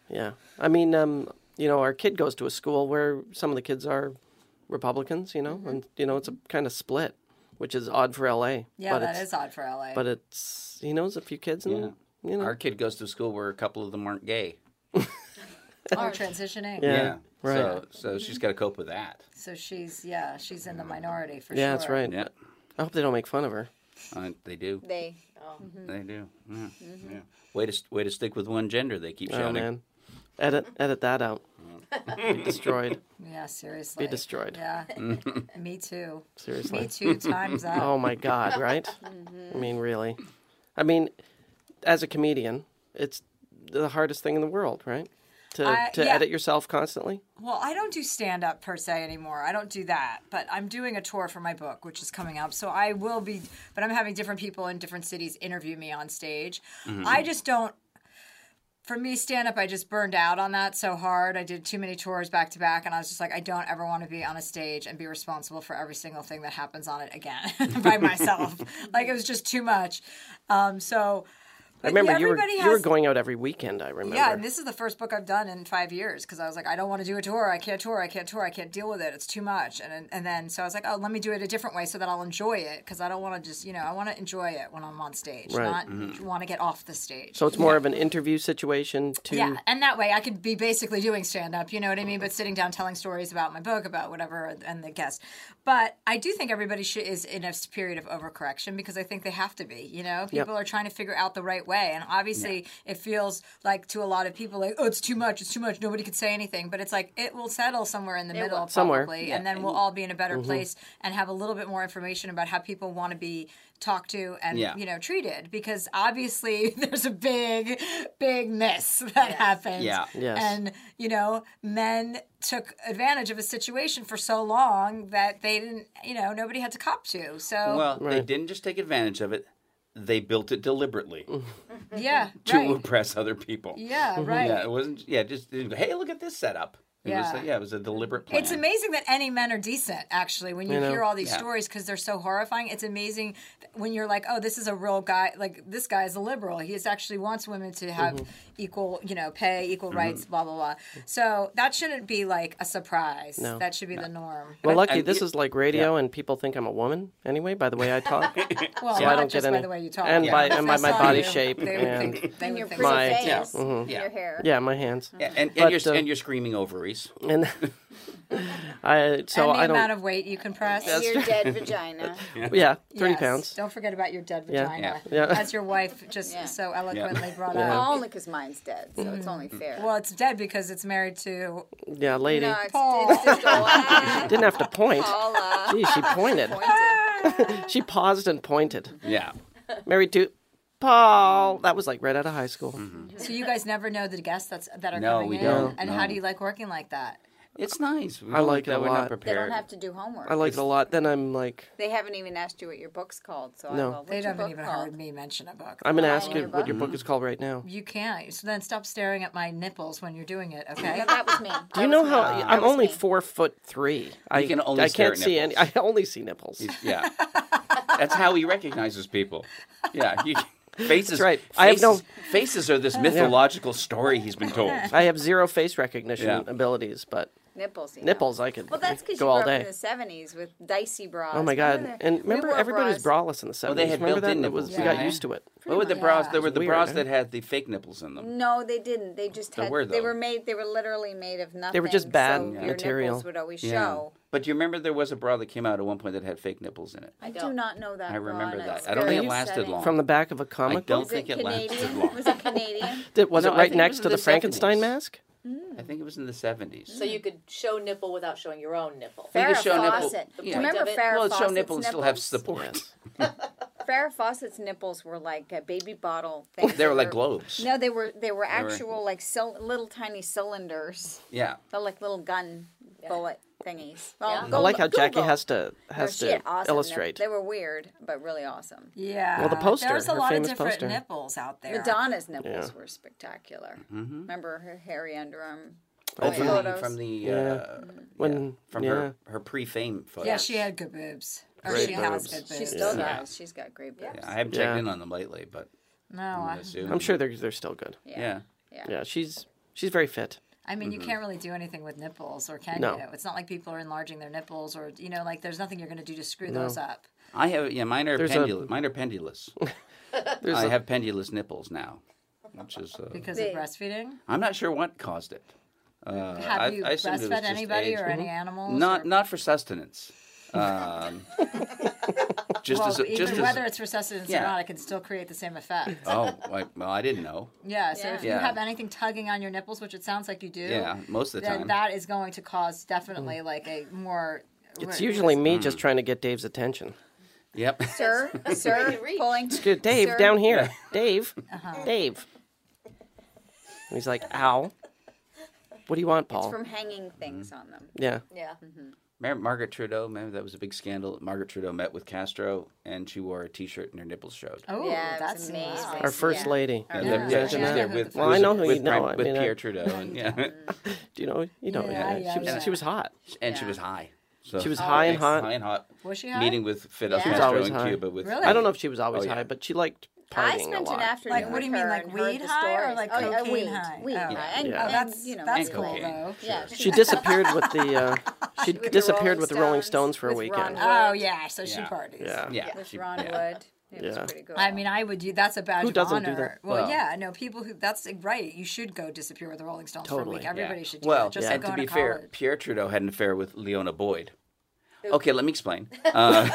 Speaker 2: Yeah. I mean, um, you know, our kid goes to a school where some of the kids are Republicans. You know,
Speaker 5: Mm-hmm.
Speaker 2: and you know, it's a kind of split, which is odd for LA.
Speaker 5: Yeah,
Speaker 2: but
Speaker 5: that
Speaker 2: it's,
Speaker 5: is odd for LA.
Speaker 2: But it's he knows a few kids, and you know,
Speaker 1: Our kid goes to school where a couple of them aren't gay.
Speaker 5: Or transitioning.
Speaker 2: Yeah, right.
Speaker 1: So, so she's got to cope with that.
Speaker 5: So she's yeah, she's in the minority for sure.
Speaker 2: yeah, that's right.
Speaker 1: Yeah.
Speaker 2: I hope they don't make fun of her.
Speaker 1: Uh, they do.
Speaker 3: They,
Speaker 1: They do. Yeah. yeah. Way to way to stick with one gender. They keep
Speaker 2: Oh
Speaker 1: shouting.
Speaker 2: man, edit edit that out. Be destroyed.
Speaker 5: Yeah, seriously.
Speaker 2: Be destroyed.
Speaker 5: Yeah. Me too. Me
Speaker 2: Seriously.
Speaker 5: too times that.
Speaker 2: Oh my god, right? I mean,
Speaker 5: Mm-hmm.
Speaker 2: really. I mean, as a comedian, it's the hardest thing in the world, right? To
Speaker 5: I-
Speaker 2: to
Speaker 5: Uh, yeah.
Speaker 2: edit yourself constantly.
Speaker 5: Well, I don't do stand up per se anymore. I don't do that, but I'm doing a tour for my book, which is coming up. So I will be, but I'm having different people in different cities interview me on stage.
Speaker 2: Mm-hmm.
Speaker 5: I just don't. For me, stand up, I just burned out on that so hard. I did too many tours back to back, and I was just like, I don't ever want to be on a stage and be responsible for every single thing that happens on it again by myself. like, it was just too much. Um, so,
Speaker 2: I remember you were
Speaker 5: everybody
Speaker 2: you were
Speaker 5: has-
Speaker 2: going out every weekend. I remember.
Speaker 5: yeah, and this is the first book I've done in five years because I was like, I don't want to do a tour. I can't tour. I can't tour. I can't deal with it. It's too much. And and then so I was like, oh, let me do it a different way so that I'll enjoy it because I don't want to just you know I want to enjoy it when I'm on stage,
Speaker 2: Right. mm-hmm.
Speaker 5: not want to get off the stage.
Speaker 2: so it's more of an interview situation. To
Speaker 5: yeah, and that way I could be basically doing stand up, you know what I mean, but sitting down telling stories about my book, about whatever, and the guest. But I do think everybody should, is in a period of overcorrection because I think they have to be. You know, people are trying to figure out the right way, and obviously it feels like to a lot of people like, oh, it's too much, it's too much, nobody could say anything. But it's like it will settle somewhere in the middle, probably,
Speaker 2: Somewhere. Mm-hmm.
Speaker 5: and then we'll all be in a better place and have a little bit more information about how people want to be talked to and
Speaker 1: Yeah.
Speaker 5: you know treated because obviously there's a big big miss that happens
Speaker 1: Yeah.
Speaker 2: Yes.
Speaker 5: and you know men took advantage of a situation for so long that they didn't you know nobody had to cop to so
Speaker 1: Well, they didn't just take advantage of it. They built it deliberately
Speaker 2: Mm.
Speaker 5: yeah
Speaker 1: to
Speaker 5: right.
Speaker 1: oppress other people.
Speaker 5: yeah right
Speaker 1: Yeah, it wasn't. Yeah, just hey, look at this setup. It was
Speaker 5: Yeah.
Speaker 1: like, yeah, it was a deliberate plan.
Speaker 5: It's amazing that any men are decent, actually, when you,
Speaker 2: know?
Speaker 5: hear all these
Speaker 1: Yeah.
Speaker 5: stories because they're so horrifying. It's amazing th- when you're like, oh, this is a real guy. Like, this guy is a liberal. He is actually wants women to have
Speaker 2: Mm-hmm.
Speaker 5: equal, you know, pay, equal rights, blah, blah, blah. So that shouldn't be like a surprise.
Speaker 2: No.
Speaker 5: That should be the norm.
Speaker 2: well, lucky
Speaker 1: and
Speaker 2: this
Speaker 1: you-
Speaker 2: is like radio, and people think I'm a woman anyway by the way I talk.
Speaker 5: Well,
Speaker 2: So
Speaker 5: not
Speaker 2: I don't
Speaker 5: just
Speaker 2: get any.
Speaker 5: by the way you talk.
Speaker 2: And by
Speaker 5: If
Speaker 2: and
Speaker 5: they
Speaker 2: by my
Speaker 5: saw
Speaker 2: body
Speaker 5: you,
Speaker 2: shape
Speaker 5: They would
Speaker 2: and
Speaker 5: think, they
Speaker 3: and
Speaker 5: would
Speaker 3: your
Speaker 5: think
Speaker 3: pretty
Speaker 5: so.
Speaker 2: My-
Speaker 3: face,
Speaker 1: Yeah. Yeah.
Speaker 3: your hair.
Speaker 2: mm-hmm. yeah, my hands.
Speaker 1: Yeah, and, and
Speaker 2: But,
Speaker 1: your
Speaker 2: uh,
Speaker 1: and your screaming ovaries.
Speaker 2: And I so
Speaker 5: and the
Speaker 2: I
Speaker 5: amount
Speaker 2: don't.
Speaker 5: of weight you compress.
Speaker 3: And your dead vagina.
Speaker 2: yeah, thirty
Speaker 5: Yes.
Speaker 2: pounds.
Speaker 5: Don't forget about your dead
Speaker 2: Yeah.
Speaker 5: vagina.
Speaker 2: Yeah. Yeah.
Speaker 5: As your wife just
Speaker 3: Yeah.
Speaker 5: so eloquently brought
Speaker 3: Well,
Speaker 5: up.
Speaker 3: only because mine's dead, so it's only
Speaker 2: Mm.
Speaker 3: fair.
Speaker 5: Well, it's dead because it's married to
Speaker 2: Yeah, lady.
Speaker 3: no, it's,
Speaker 5: Paul.
Speaker 3: it's just all
Speaker 2: Didn't have to point.
Speaker 3: Paula.
Speaker 2: Gee, she pointed. she paused and pointed.
Speaker 1: Yeah,
Speaker 2: Married to Paul. That was like right out of high school.
Speaker 1: Mm-hmm.
Speaker 5: So you guys never know the guests that's that are
Speaker 1: No,
Speaker 5: coming
Speaker 1: we
Speaker 5: in.
Speaker 1: don't,
Speaker 5: And
Speaker 1: no.
Speaker 5: how do you like working like that?
Speaker 1: it's nice. We
Speaker 2: I
Speaker 1: don't
Speaker 2: like it
Speaker 1: that
Speaker 2: a
Speaker 1: we're
Speaker 2: lot.
Speaker 1: not
Speaker 2: They
Speaker 3: They
Speaker 1: prepared.
Speaker 3: don't have to do homework.
Speaker 2: I liked it a lot. Then I'm like,
Speaker 3: They haven't even asked you what your book's called, so
Speaker 2: No.
Speaker 3: I will.
Speaker 5: They
Speaker 3: What's your
Speaker 5: haven't
Speaker 3: book
Speaker 5: even
Speaker 3: called?
Speaker 5: heard me mention a book.
Speaker 2: I'm gonna ask
Speaker 3: in
Speaker 2: you
Speaker 3: your
Speaker 2: what your book is called right now.
Speaker 5: you can't. So then stop staring at my nipples when you're doing it, okay?
Speaker 3: No, that was me.
Speaker 2: Do you know how I'm only
Speaker 3: me.
Speaker 2: four foot three? I
Speaker 1: can only
Speaker 2: I
Speaker 1: stare
Speaker 2: can't
Speaker 1: at
Speaker 2: see any. I only see nipples.
Speaker 1: Yeah, that's how he recognizes people. Yeah, you, faces.
Speaker 2: right.
Speaker 1: Faces,
Speaker 2: I have no-
Speaker 1: faces are this mythological story he's been told.
Speaker 2: I have zero face recognition
Speaker 1: Yeah.
Speaker 2: abilities, but
Speaker 3: nipples. you know.
Speaker 2: nipples I could
Speaker 3: Well, that's because you
Speaker 2: go
Speaker 3: grew
Speaker 2: all
Speaker 3: up in
Speaker 2: day.
Speaker 3: the '70s with dicey bras.
Speaker 2: Oh my god!
Speaker 3: Remember the-
Speaker 2: and
Speaker 3: we
Speaker 2: remember,
Speaker 3: wore
Speaker 2: everybody was
Speaker 3: bras.
Speaker 2: braless in the seventies.
Speaker 1: they had
Speaker 2: remember that?
Speaker 1: built-in
Speaker 2: It was we
Speaker 1: nipples,
Speaker 2: got
Speaker 1: yeah.
Speaker 2: used to it.
Speaker 1: What were the bras? There were the
Speaker 2: Weird,
Speaker 1: bras
Speaker 2: huh?
Speaker 1: that had the fake nipples in them.
Speaker 3: No, they didn't. They just had.
Speaker 1: were,
Speaker 3: they
Speaker 1: though.
Speaker 3: were made. They were literally made of nothing.
Speaker 2: were just bad
Speaker 3: so
Speaker 2: Yeah.
Speaker 3: your
Speaker 2: material.
Speaker 3: nipples would always
Speaker 1: Yeah.
Speaker 3: show.
Speaker 1: But do you remember there was a bra that came out at one point that had fake nipples in it?
Speaker 3: I do
Speaker 4: don't.
Speaker 3: not know that.
Speaker 1: I remember
Speaker 3: bra, and
Speaker 1: that.
Speaker 3: it's
Speaker 1: I don't think
Speaker 3: very
Speaker 1: it lasted
Speaker 3: upsetting.
Speaker 1: long.
Speaker 2: From the back of a
Speaker 1: I
Speaker 2: comic book.
Speaker 1: don't
Speaker 3: Was it
Speaker 1: think it lasted
Speaker 3: Canadian?
Speaker 1: long.
Speaker 3: Was it Canadian?
Speaker 2: Did- was
Speaker 1: No,
Speaker 2: it
Speaker 1: I
Speaker 2: right
Speaker 1: think it
Speaker 2: next
Speaker 1: was
Speaker 2: to
Speaker 1: in
Speaker 2: the,
Speaker 1: the
Speaker 2: Frankenstein
Speaker 1: 70s.
Speaker 2: mask?
Speaker 1: I think it was in the seventies.
Speaker 4: So you could show nipple without showing your own nipple.
Speaker 1: They
Speaker 3: Farrah
Speaker 1: just show nipple-
Speaker 3: Fawcett. Do
Speaker 1: yeah.
Speaker 3: you remember
Speaker 4: Well, it
Speaker 3: Farrah
Speaker 1: well, it's show
Speaker 3: Fawcett's
Speaker 1: nipples and still have
Speaker 3: nipples?
Speaker 1: support.
Speaker 2: Yes.
Speaker 3: Farrah Fawcett's nipples were like a baby bottle thing.
Speaker 1: Oh, They were like globes.
Speaker 3: No, they were they were actual like cil- little tiny cylinders.
Speaker 1: Yeah.
Speaker 3: They're like little gun bullet thingies. Well,
Speaker 4: Yeah. I
Speaker 2: I
Speaker 3: go
Speaker 2: like how
Speaker 3: look-
Speaker 2: Jackie
Speaker 3: Google.
Speaker 2: has to
Speaker 3: They're
Speaker 2: has to
Speaker 3: shit awesome. They're-
Speaker 2: illustrate.
Speaker 3: They were weird, but really awesome.
Speaker 5: Yeah.
Speaker 2: Well, the poster,
Speaker 5: There's a
Speaker 2: her
Speaker 5: lot of
Speaker 2: famous
Speaker 5: different
Speaker 2: poster.
Speaker 5: nipples out there.
Speaker 3: Madonna's nipples were spectacular.
Speaker 1: Mm-hmm.
Speaker 3: Remember her hairy underarm.
Speaker 1: Oh, from the,
Speaker 3: photos.
Speaker 1: from the uh,
Speaker 2: when
Speaker 1: from
Speaker 2: Mm-hmm. yeah.
Speaker 1: her her pre-fame photos.
Speaker 5: Yeah, she had good boobs. Or
Speaker 1: Great
Speaker 5: she has
Speaker 2: boobs.
Speaker 5: good boobs.
Speaker 3: She still
Speaker 1: Yeah.
Speaker 3: does. She's got great boobs.
Speaker 1: I haven't checked
Speaker 2: Yeah.
Speaker 1: in on them lately, but
Speaker 5: no, I,
Speaker 1: I assume.
Speaker 2: I'm sure they're they're still good.
Speaker 1: Yeah.
Speaker 2: Yeah, she's she's very fit.
Speaker 5: I mean,
Speaker 1: Mm-hmm.
Speaker 5: you can't really do anything with nipples, or can
Speaker 2: No.
Speaker 5: you? It's not like people are enlarging their nipples, or you know, like there's nothing you're going to do to screw those up.
Speaker 1: I have yeah, mine are
Speaker 2: There's a-
Speaker 1: pendulous. Mine are pendulous. I have pendulous nipples now, which is uh,
Speaker 5: Because
Speaker 3: Big.
Speaker 5: of breastfeeding?
Speaker 1: I'm not sure what caused it. Uh,
Speaker 5: Have
Speaker 1: I,
Speaker 5: you
Speaker 1: I assumed it was
Speaker 5: breastfed
Speaker 1: just
Speaker 5: anybody
Speaker 1: age.
Speaker 5: or any animals?
Speaker 1: Not
Speaker 5: or,
Speaker 1: not for sustenance. Um, just
Speaker 5: well,
Speaker 1: as a-
Speaker 5: even
Speaker 1: just as
Speaker 5: whether it's for sustenance
Speaker 1: Yeah.
Speaker 5: or not, it can still create the same effect.
Speaker 1: oh I, well, I didn't know.
Speaker 5: Yeah. So if
Speaker 1: Yeah.
Speaker 5: you have anything tugging on your nipples, which it sounds like you do,
Speaker 1: Yeah, most of the
Speaker 5: then
Speaker 1: time. Mm.
Speaker 5: that is going to cause definitely like a more.
Speaker 2: It's usually me just trying to get Dave's attention.
Speaker 1: Yep.
Speaker 3: Sir,
Speaker 4: where
Speaker 3: sir,
Speaker 4: you reach.
Speaker 3: pulling.
Speaker 2: Good, Dave,
Speaker 3: Sir.
Speaker 2: down here. Dave,
Speaker 3: Uh-huh.
Speaker 2: Dave. And he's like, "Ow, what do you want, Paul?"
Speaker 3: From hanging things on them.
Speaker 2: yeah,
Speaker 4: Yeah.
Speaker 1: Mar- Margaret Trudeau, remember that was a big scandal. Margaret Trudeau met with Castro, and she wore a T-shirt and her nipples showed.
Speaker 5: Oh,
Speaker 3: yeah, it was
Speaker 5: that's
Speaker 3: amazing.
Speaker 5: amazing.
Speaker 2: our first
Speaker 3: Yeah.
Speaker 2: lady.
Speaker 3: Our
Speaker 2: Can you
Speaker 1: Yeah,
Speaker 5: Yeah.
Speaker 1: yeah,
Speaker 2: imagine
Speaker 1: she was
Speaker 2: that?
Speaker 1: there with,
Speaker 2: Well,
Speaker 1: was
Speaker 2: I know
Speaker 1: it-
Speaker 2: who you
Speaker 1: with,
Speaker 2: know,
Speaker 1: Prime-
Speaker 2: I
Speaker 1: with
Speaker 2: mean, I-
Speaker 1: Pierre Trudeau, and, yeah.
Speaker 2: Do you know? You know.
Speaker 5: Yeah,
Speaker 2: yeah.
Speaker 5: yeah,
Speaker 2: she was
Speaker 5: yeah.
Speaker 2: she was hot.
Speaker 1: and she
Speaker 5: Yeah.
Speaker 1: was high. So
Speaker 2: She was high and hot.
Speaker 1: High and hot.
Speaker 5: Was she high?
Speaker 1: Meeting with Fidel
Speaker 3: Yeah. She was
Speaker 1: Castro
Speaker 2: always
Speaker 1: in
Speaker 2: high.
Speaker 1: Cuba with
Speaker 5: Really?
Speaker 2: I don't know if she was always
Speaker 1: Oh, yeah.
Speaker 2: high, but she liked
Speaker 3: I
Speaker 2: partying a
Speaker 3: spent an
Speaker 2: lot.
Speaker 3: afternoon.
Speaker 5: Like, what
Speaker 3: with
Speaker 5: do you mean,
Speaker 3: her
Speaker 5: like
Speaker 3: and heard
Speaker 5: weed
Speaker 3: the
Speaker 5: high or
Speaker 3: stories.
Speaker 5: like
Speaker 3: oh, yeah,
Speaker 5: cocaine
Speaker 3: weed,
Speaker 5: high?
Speaker 3: Weed
Speaker 5: Oh.
Speaker 3: high. And,
Speaker 2: Yeah.
Speaker 5: Oh,
Speaker 3: and,
Speaker 5: that's
Speaker 3: you know,
Speaker 5: that's
Speaker 1: and
Speaker 5: cool
Speaker 1: cocaine.
Speaker 5: though.
Speaker 3: Yeah,
Speaker 2: She disappeared with the uh, she
Speaker 3: with the
Speaker 2: disappeared
Speaker 3: Rolling
Speaker 2: with the Rolling Stones
Speaker 3: Stones,
Speaker 2: for a
Speaker 3: with
Speaker 2: weekend.
Speaker 3: Ron-
Speaker 5: Oh yeah, so she
Speaker 1: Yeah.
Speaker 5: parties.
Speaker 2: Yeah.
Speaker 1: Yeah.
Speaker 3: with
Speaker 1: she-
Speaker 3: Ron
Speaker 1: yeah.
Speaker 3: Wood. It was
Speaker 2: Yeah.
Speaker 3: pretty good.
Speaker 5: I mean, I would. do That's a badge
Speaker 2: Who doesn't
Speaker 5: of
Speaker 2: do
Speaker 5: honor.
Speaker 2: that?
Speaker 5: Well,
Speaker 1: Well-
Speaker 5: yeah, no, people who. That's like, right. You should go disappear with the Rolling Stones for a
Speaker 2: Totally.
Speaker 5: week.
Speaker 2: Yeah.
Speaker 5: Everybody should do
Speaker 1: Well,
Speaker 5: that. Just like
Speaker 1: and to
Speaker 5: going
Speaker 1: be
Speaker 5: to
Speaker 1: fair,
Speaker 5: college.
Speaker 1: Pierre Trudeau had an affair with Leona Boyd. Okay, let me explain. Uh,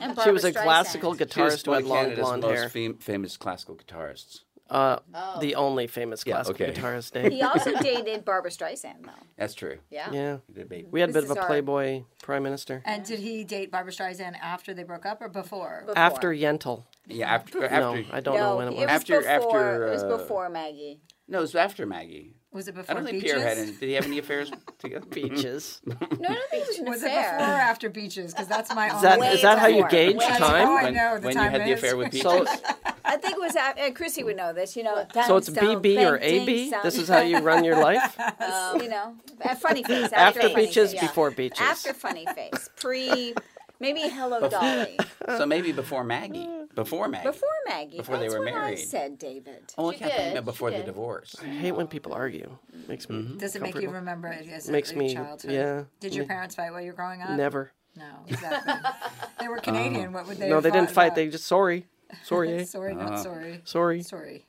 Speaker 3: And
Speaker 2: She was a
Speaker 3: Barbra Streisand.
Speaker 2: classical
Speaker 1: she was
Speaker 2: guitarist who
Speaker 1: one
Speaker 2: had
Speaker 1: of
Speaker 2: long
Speaker 1: Canada's
Speaker 2: blonde
Speaker 1: most
Speaker 2: hair.
Speaker 1: fam- famous classical guitarists.
Speaker 2: Uh, The
Speaker 3: Oh.
Speaker 2: only famous classical
Speaker 1: okay.
Speaker 2: guitarist
Speaker 3: He
Speaker 2: Dave.
Speaker 3: also dated Barbara Streisand, though.
Speaker 1: That's true.
Speaker 3: Yeah.
Speaker 2: Yeah,
Speaker 1: The baby.
Speaker 2: we had a
Speaker 3: This
Speaker 2: bit of
Speaker 3: is
Speaker 2: a
Speaker 3: our-
Speaker 2: playboy prime minister
Speaker 5: And did he date Barbara Streisand after they broke up or before?
Speaker 3: Before.
Speaker 2: after Yentl.
Speaker 1: Yeah, after
Speaker 2: No,
Speaker 1: after
Speaker 2: I
Speaker 3: No,
Speaker 2: don't know when it
Speaker 3: he-
Speaker 2: was.
Speaker 3: was
Speaker 1: After-
Speaker 3: before,
Speaker 1: after,
Speaker 3: it was
Speaker 1: uh,
Speaker 3: before Maggie.
Speaker 1: no, it was after Maggie.
Speaker 5: Was it
Speaker 1: I
Speaker 5: before
Speaker 1: don't think
Speaker 5: Beaches?
Speaker 1: Pierre had any. Did he have any affairs together?
Speaker 2: Beaches.
Speaker 3: No, I don't think it was an
Speaker 5: was it before or
Speaker 3: affair.
Speaker 5: after Beaches? Because that's my
Speaker 2: Is that,
Speaker 5: only.
Speaker 2: is that how you
Speaker 5: before.
Speaker 2: gauge
Speaker 5: That's how I
Speaker 2: time?
Speaker 1: When,
Speaker 5: know the
Speaker 1: when
Speaker 5: time
Speaker 1: you had the
Speaker 5: is.
Speaker 1: affair with Peaches?
Speaker 2: So,
Speaker 3: I think it was. af- Uh, Chrissy would know this. You know.
Speaker 2: so it's BB or AB? This is how you run your life?
Speaker 3: you know, a funny face after,
Speaker 2: After
Speaker 3: funny
Speaker 2: Beaches,
Speaker 3: face.
Speaker 2: before Beaches.
Speaker 3: After funny face, pre, maybe Hello Dolly,
Speaker 1: so maybe before Maggie. Before Maggie.
Speaker 3: before Maggie.
Speaker 1: Before they
Speaker 3: That's
Speaker 1: were
Speaker 3: what I
Speaker 1: married.
Speaker 3: said David.
Speaker 1: Oh, I
Speaker 4: She
Speaker 1: can't think-
Speaker 4: did,
Speaker 1: no,
Speaker 4: she
Speaker 1: before the
Speaker 4: did.
Speaker 1: divorce.
Speaker 2: I hate when people argue. Makes me
Speaker 1: Mm-hmm.
Speaker 5: Does it make you
Speaker 2: comfortable.
Speaker 5: remember it as
Speaker 2: Makes
Speaker 5: a
Speaker 2: me-
Speaker 5: childhood?
Speaker 2: yeah.
Speaker 5: Did your parents fight while you were growing up?
Speaker 2: never. Um,
Speaker 5: No, exactly. they were Canadian. What would they?
Speaker 2: No,
Speaker 5: have
Speaker 2: they didn't
Speaker 5: fought
Speaker 2: fight.
Speaker 5: about?
Speaker 2: They just sorry, sorry, eh?
Speaker 5: sorry, not sorry.
Speaker 2: sorry.
Speaker 5: Sorry.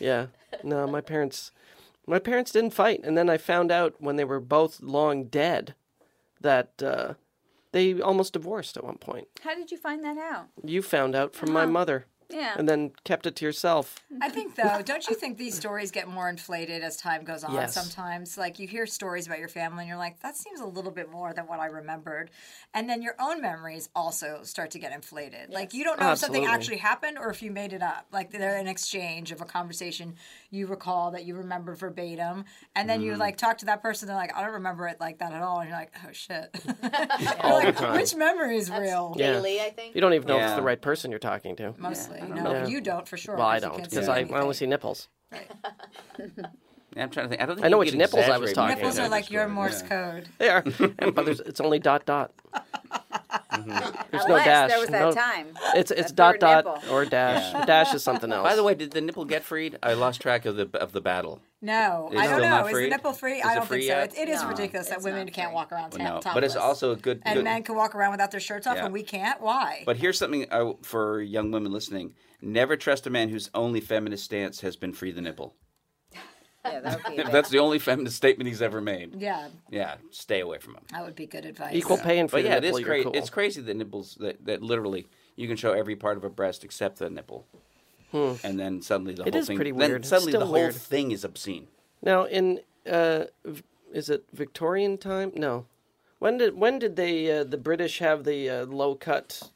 Speaker 2: Yeah. No, my parents, my parents didn't fight, and then I found out when they were both long dead that uh, they almost divorced at one point.
Speaker 3: How did you find that out?
Speaker 2: You found out from my mother,
Speaker 3: Yeah.
Speaker 2: and then kept it to yourself.
Speaker 5: I think though, don't you think these stories get more inflated as time goes on?
Speaker 2: Yes.
Speaker 5: Sometimes, like you hear stories about your family, and you're like, that seems a little bit more than what I remembered, and then your own memories also start to get inflated. Like you don't know if
Speaker 2: Oh, Absolutely.
Speaker 5: something actually happened or if you made it up. Like they're an exchange of a conversation you recall that you remember verbatim, and then you
Speaker 2: Mm.
Speaker 5: like talk to that person, they're like, I don't remember it like that at all, and you're like, oh shit. You're
Speaker 2: All the
Speaker 5: like,
Speaker 2: time.
Speaker 5: Which memory is real?
Speaker 2: Yeah.
Speaker 4: Daily, I think.
Speaker 2: You don't even know if it's
Speaker 1: Yeah.
Speaker 2: the right person you're talking to.
Speaker 5: Mostly, no,
Speaker 2: know.
Speaker 5: you don't for sure.
Speaker 2: Well, I
Speaker 5: you
Speaker 2: don't
Speaker 5: can't
Speaker 2: because
Speaker 5: see
Speaker 2: I, I
Speaker 5: anything.
Speaker 2: only see nipples.
Speaker 1: Yeah, I'm trying to think. I don't think
Speaker 2: I know
Speaker 1: you
Speaker 2: which
Speaker 1: could
Speaker 2: nipples I
Speaker 1: exaggerate
Speaker 2: was
Speaker 1: much
Speaker 2: talking
Speaker 5: Nipples
Speaker 1: in
Speaker 5: are
Speaker 2: about.
Speaker 1: that
Speaker 5: like your
Speaker 1: story,
Speaker 5: Morse
Speaker 1: yeah.
Speaker 5: code.
Speaker 2: They are, and, but there's, it's only dot dot.
Speaker 1: Mm-hmm.
Speaker 2: There's no
Speaker 3: Unless
Speaker 2: dash.
Speaker 3: there was that
Speaker 2: no-
Speaker 3: time.
Speaker 2: It's it's
Speaker 3: That
Speaker 2: dot
Speaker 3: third
Speaker 2: dot
Speaker 3: nipple.
Speaker 2: or dash. Dash is something else.
Speaker 1: By the way, did the nipple get freed? I lost track of the of the battle.
Speaker 5: No,
Speaker 1: Is
Speaker 5: I
Speaker 1: it
Speaker 5: don't
Speaker 1: still
Speaker 5: know.
Speaker 1: not
Speaker 5: Is
Speaker 1: free?
Speaker 5: the nipple free?
Speaker 1: Is
Speaker 5: I
Speaker 1: it
Speaker 5: don't think
Speaker 1: free
Speaker 5: so.
Speaker 1: yet?
Speaker 5: It, it is
Speaker 3: No,
Speaker 5: ridiculous that
Speaker 3: it's
Speaker 5: women
Speaker 3: not
Speaker 5: can't
Speaker 3: free.
Speaker 5: walk around
Speaker 1: Well,
Speaker 5: ta-
Speaker 1: no,
Speaker 5: topless.
Speaker 1: but it's also a good.
Speaker 5: and
Speaker 1: good-
Speaker 5: men can walk around without their shirts off,
Speaker 1: Yeah.
Speaker 5: and we can't. Why?
Speaker 1: But here's something I, for young women listening: never trust a man whose only feminist stance has been free the nipple.
Speaker 3: Yeah, that would be. a bit-
Speaker 1: That's the only feminist statement he's ever made.
Speaker 5: yeah,
Speaker 1: Yeah, stay away from him.
Speaker 5: that would be good advice.
Speaker 2: Equal pay and free
Speaker 1: But yeah, it
Speaker 2: nipple,
Speaker 1: is
Speaker 2: you're
Speaker 1: crazy.
Speaker 2: cool.
Speaker 1: It's crazy that nipples that, that literally you can show every part of a breast except the nipple, and then suddenly the whole
Speaker 2: Hmm. is
Speaker 1: thing.
Speaker 2: pretty
Speaker 1: Then
Speaker 2: weird.
Speaker 1: suddenly
Speaker 2: Still
Speaker 1: the whole
Speaker 2: weird.
Speaker 1: thing is obscene.
Speaker 2: Now, in uh, v- is it Victorian time? No. When did when did they uh, the British have the uh, low cut?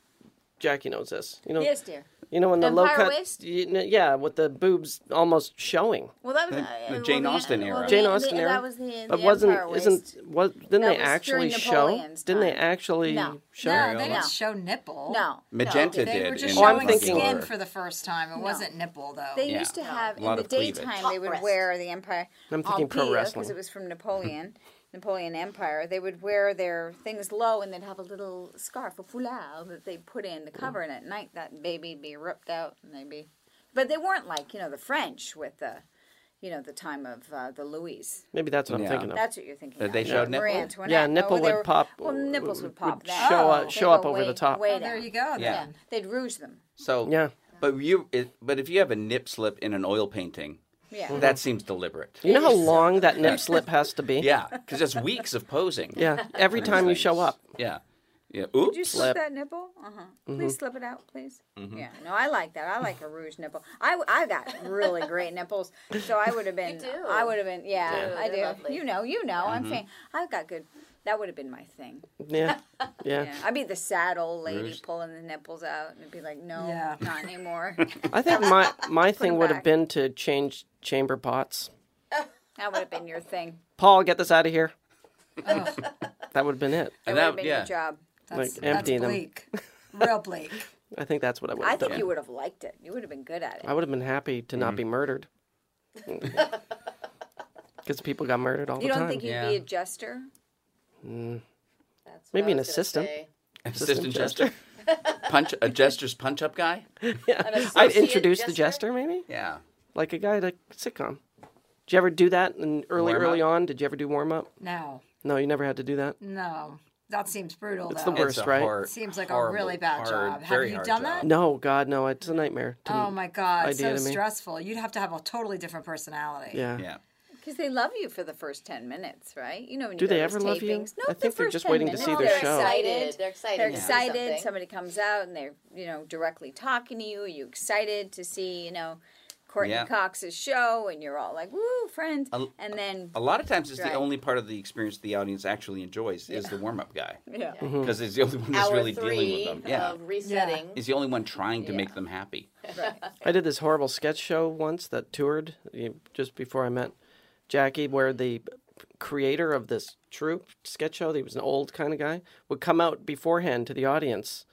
Speaker 2: Jackie knows this. You know,
Speaker 3: Yes, dear.
Speaker 2: You know, when the low
Speaker 3: Vampire
Speaker 2: cut,
Speaker 3: waist?
Speaker 2: you kn- yeah, with the boobs almost showing.
Speaker 3: Well, that was
Speaker 1: The-
Speaker 3: uh,
Speaker 1: the
Speaker 3: well,
Speaker 1: Jane Austen
Speaker 3: well,
Speaker 1: era.
Speaker 2: Jane
Speaker 3: the-
Speaker 2: Austen
Speaker 3: the-
Speaker 2: era,
Speaker 3: That was the.
Speaker 2: but
Speaker 3: the Empire
Speaker 2: wasn't
Speaker 3: Waist.
Speaker 2: isn't was didn't
Speaker 3: That
Speaker 2: they
Speaker 3: was
Speaker 2: actually
Speaker 3: during
Speaker 2: show?
Speaker 3: Napoleon's
Speaker 2: Didn't they
Speaker 3: time.
Speaker 2: actually
Speaker 3: No.
Speaker 2: show?
Speaker 5: No, they
Speaker 3: No.
Speaker 5: didn't show nipple.
Speaker 3: no
Speaker 1: Magenta
Speaker 3: no,
Speaker 5: They
Speaker 1: did
Speaker 5: were just
Speaker 1: in
Speaker 2: Oh, I'm
Speaker 5: showing
Speaker 2: thinking-
Speaker 5: skin for the first time. It wasn't nipple though.
Speaker 3: They
Speaker 1: Yeah.
Speaker 3: used to have
Speaker 1: lot
Speaker 3: in the
Speaker 1: of cleavage.
Speaker 3: daytime.
Speaker 4: Top
Speaker 3: They would
Speaker 4: breast.
Speaker 3: wear the empire.
Speaker 2: I'm thinking pro wrestling.
Speaker 3: because it was from Napoleon, Napoleon Empire. They would wear their things low, and they'd have a little scarf, a foulard, that they put in to cover. And at night, that baby'd be ripped out, and they'd be. But they weren't like you know the French with the, you know the time of uh, the Louis.
Speaker 2: Maybe that's what
Speaker 1: Yeah.
Speaker 2: I'm thinking of.
Speaker 3: That's what you're thinking.
Speaker 1: That
Speaker 3: of.
Speaker 1: they showed
Speaker 3: Marie
Speaker 1: nipple?
Speaker 3: Antoinette.
Speaker 2: Yeah,
Speaker 3: Oh,
Speaker 2: nipple
Speaker 3: they
Speaker 2: would
Speaker 3: were-
Speaker 2: pop-
Speaker 3: Well, nipples would
Speaker 2: would
Speaker 3: pop. then.
Speaker 2: show uh,
Speaker 5: up-
Speaker 3: They
Speaker 2: show
Speaker 3: go
Speaker 2: up over
Speaker 3: way-
Speaker 2: the top.
Speaker 3: way
Speaker 5: Oh, there
Speaker 3: down.
Speaker 5: you go.
Speaker 1: Yeah.
Speaker 5: Then.
Speaker 3: They'd rouge them.
Speaker 1: So
Speaker 2: Yeah.
Speaker 1: but you it, but if you have a nip slip in an oil painting,
Speaker 3: Yeah.
Speaker 2: Mm-hmm.
Speaker 1: that seems deliberate.
Speaker 2: You know how long that nip slip has to be?
Speaker 1: Yeah, because it's weeks of posing.
Speaker 2: Yeah. Every
Speaker 1: for these
Speaker 2: time you
Speaker 1: things.
Speaker 2: show up.
Speaker 1: Yeah, yeah.
Speaker 3: Did you
Speaker 1: Oops.
Speaker 3: slip that nipple? Uh huh.
Speaker 1: Mm-hmm.
Speaker 3: Please slip it out, please. Yeah. No, I like that. I like a rouge nipple. I, w- I got really great nipples, so I would have been.
Speaker 4: do.
Speaker 3: I would have been. Yeah,
Speaker 4: do.
Speaker 3: I
Speaker 4: They're
Speaker 3: do.
Speaker 4: lovely.
Speaker 3: You know, you know.
Speaker 1: Mm-hmm.
Speaker 3: I'm saying I've got good. That would have been my thing.
Speaker 2: Yeah. Yeah.
Speaker 3: Yeah. I'd be the sad old lady
Speaker 1: Rouge.
Speaker 3: pulling the nipples out, and it'd be like, no,
Speaker 5: Yeah.
Speaker 3: not anymore.
Speaker 2: I think my my thing
Speaker 3: 'em
Speaker 2: would have
Speaker 3: back.
Speaker 2: been to change chamber pots.
Speaker 3: that would have been your thing.
Speaker 2: Paul, get this out of here. that would have been it.
Speaker 3: That
Speaker 1: And
Speaker 3: would
Speaker 1: that-
Speaker 3: have been
Speaker 1: yeah.
Speaker 3: your job.
Speaker 5: That's,
Speaker 2: Like, empty
Speaker 5: that's
Speaker 2: them.
Speaker 5: bleak. Real bleak.
Speaker 2: I think that's what I would
Speaker 3: I
Speaker 2: have done.
Speaker 3: think you would have liked it. You would have been good at it.
Speaker 2: I would have been happy to
Speaker 1: Mm.
Speaker 2: not be murdered. Because people got murdered all
Speaker 3: You
Speaker 2: the
Speaker 3: don't
Speaker 2: time.
Speaker 3: think you'd be
Speaker 1: Yeah.
Speaker 3: a jester?
Speaker 4: That's what
Speaker 2: Maybe
Speaker 4: I
Speaker 2: an
Speaker 4: was gonna
Speaker 2: assistant.
Speaker 4: say.
Speaker 1: Assistant jester. punch a jester's punch up guy.
Speaker 2: I'd
Speaker 4: associate
Speaker 2: introduce the
Speaker 4: jester?
Speaker 2: jester, maybe?
Speaker 1: Yeah.
Speaker 2: Like a guy at a sitcom. Did you ever do that in early,
Speaker 1: Warm up?
Speaker 2: early on? Did you ever do warm up?
Speaker 5: No,
Speaker 2: No, you never had to do that?
Speaker 5: no. That seems brutal.
Speaker 2: It's
Speaker 5: though.
Speaker 2: the worst.
Speaker 1: It's a
Speaker 2: right?
Speaker 1: hor-
Speaker 5: Seems like a
Speaker 1: horrible,
Speaker 5: really bad
Speaker 1: hard-
Speaker 5: job. Have
Speaker 1: very
Speaker 5: you
Speaker 1: hard
Speaker 5: done
Speaker 1: job.
Speaker 5: that?
Speaker 2: No, God, no. It's a nightmare. to
Speaker 5: Oh
Speaker 2: me.
Speaker 5: my god,
Speaker 2: idea
Speaker 5: so
Speaker 2: to me.
Speaker 5: stressful. You'd have to have a totally different personality.
Speaker 2: Yeah.
Speaker 1: Yeah.
Speaker 3: Because they love you for the first ten minutes, right? You know, when
Speaker 2: Do
Speaker 3: you go
Speaker 2: they
Speaker 3: to
Speaker 2: ever
Speaker 3: those
Speaker 2: love you?
Speaker 3: tapings. No,
Speaker 2: I
Speaker 3: the
Speaker 2: think they're
Speaker 3: first
Speaker 2: just
Speaker 3: 10
Speaker 2: waiting to
Speaker 3: minutes.
Speaker 2: see their
Speaker 3: they're
Speaker 2: show.
Speaker 3: Excited.
Speaker 4: They're excited
Speaker 3: They're
Speaker 4: to do
Speaker 3: excited.
Speaker 4: something.
Speaker 3: Somebody comes out and they're you know directly talking to you. You're excited to see you know Courtney
Speaker 1: Yeah.
Speaker 3: Cox's show, and you're all like, "Woo, friends!"
Speaker 1: l-
Speaker 3: and then
Speaker 1: A lot of times, it's
Speaker 3: Right.
Speaker 1: the only part of the experience the audience actually enjoys is the warm up guy
Speaker 3: yeah,
Speaker 2: Mm-hmm.
Speaker 1: because he's the only one that's
Speaker 4: Hour
Speaker 1: really dealing
Speaker 4: three
Speaker 1: with them. Yeah.
Speaker 4: of resetting.
Speaker 1: He's the only one trying to make them happy.
Speaker 2: I did this horrible sketch show once that toured you- just before I met Jackie, where the creator of this troupe sketch show, he was an old kind of guy, would come out beforehand to the audience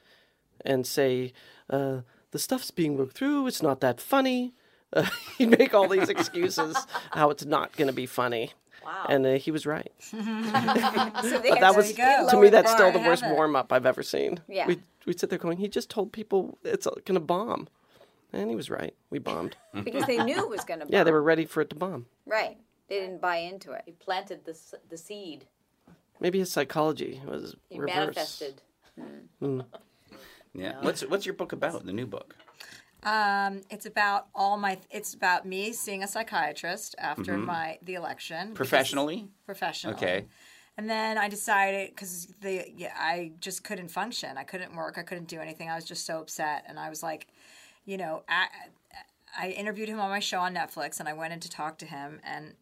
Speaker 2: and say, uh, "The stuff's being worked through. It's not that funny." Uh, he'd make all these excuses how it's not going to be funny.
Speaker 4: Wow.
Speaker 2: And uh, he was right.
Speaker 3: so they
Speaker 2: But
Speaker 3: have
Speaker 2: that was
Speaker 5: you go.
Speaker 2: to
Speaker 3: lower
Speaker 2: me
Speaker 3: the
Speaker 2: that's still
Speaker 5: bar
Speaker 2: the
Speaker 5: and
Speaker 2: worst
Speaker 5: have it.
Speaker 2: warm up I've ever seen.
Speaker 3: Yeah.
Speaker 2: We we sit there going, he just told people it's going to bomb, and he was right. We bombed.
Speaker 3: because they knew it was going to.
Speaker 2: yeah, they were ready for it to bomb.
Speaker 3: right. They didn't buy into it.
Speaker 4: You planted the s- the seed.
Speaker 2: Maybe his psychology was
Speaker 4: You
Speaker 2: reversed.
Speaker 4: manifested.
Speaker 1: Yeah. What's what's your book about? The new book.
Speaker 5: Um, it's about all my. It's about me seeing a psychiatrist after my the election. because-
Speaker 1: Mm-hmm.
Speaker 5: um,
Speaker 1: Professionally.
Speaker 5: Professionally.
Speaker 1: Okay.
Speaker 5: And then I decided because the yeah, I just couldn't function. I couldn't work. I couldn't do anything. I was just so upset, and I was like, you know, I, I interviewed him on my show on Netflix, and I went in to talk to him, and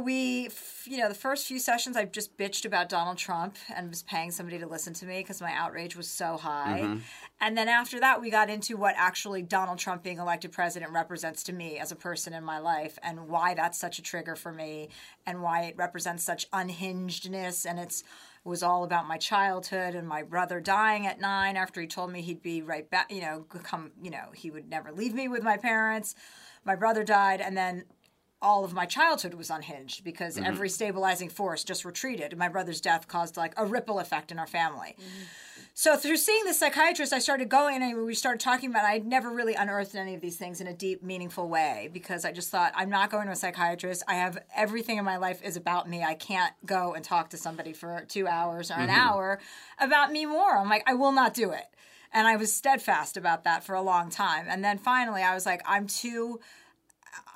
Speaker 5: we, f- you know, the first few sessions, I just bitched about Donald Trump and was paying somebody to listen to me because my outrage was so high. And then after that, we got into what actually Donald Trump being elected president represents to me as a person in my life and why that's such a trigger for me and why it represents such unhingedness. And it's, it was all about my childhood and my brother dying at nine after he told me he'd be right back, you know, come, you know, he would never leave me with my parents. My brother died. And then all of my childhood was unhinged because every stabilizing force just retreated. And my brother's death caused like a ripple effect in our family. So through seeing the psychiatrist, I started going and we started talking about. I'd never really unearthed any of these things in a deep, meaningful way because I just thought I'm not going to a psychiatrist. I have everything in my life is about me. I can't go and talk to somebody for two hours or an hour about me more. I'm like, I will not do it. And I was steadfast about that for a long time. And then finally, I was like, I'm too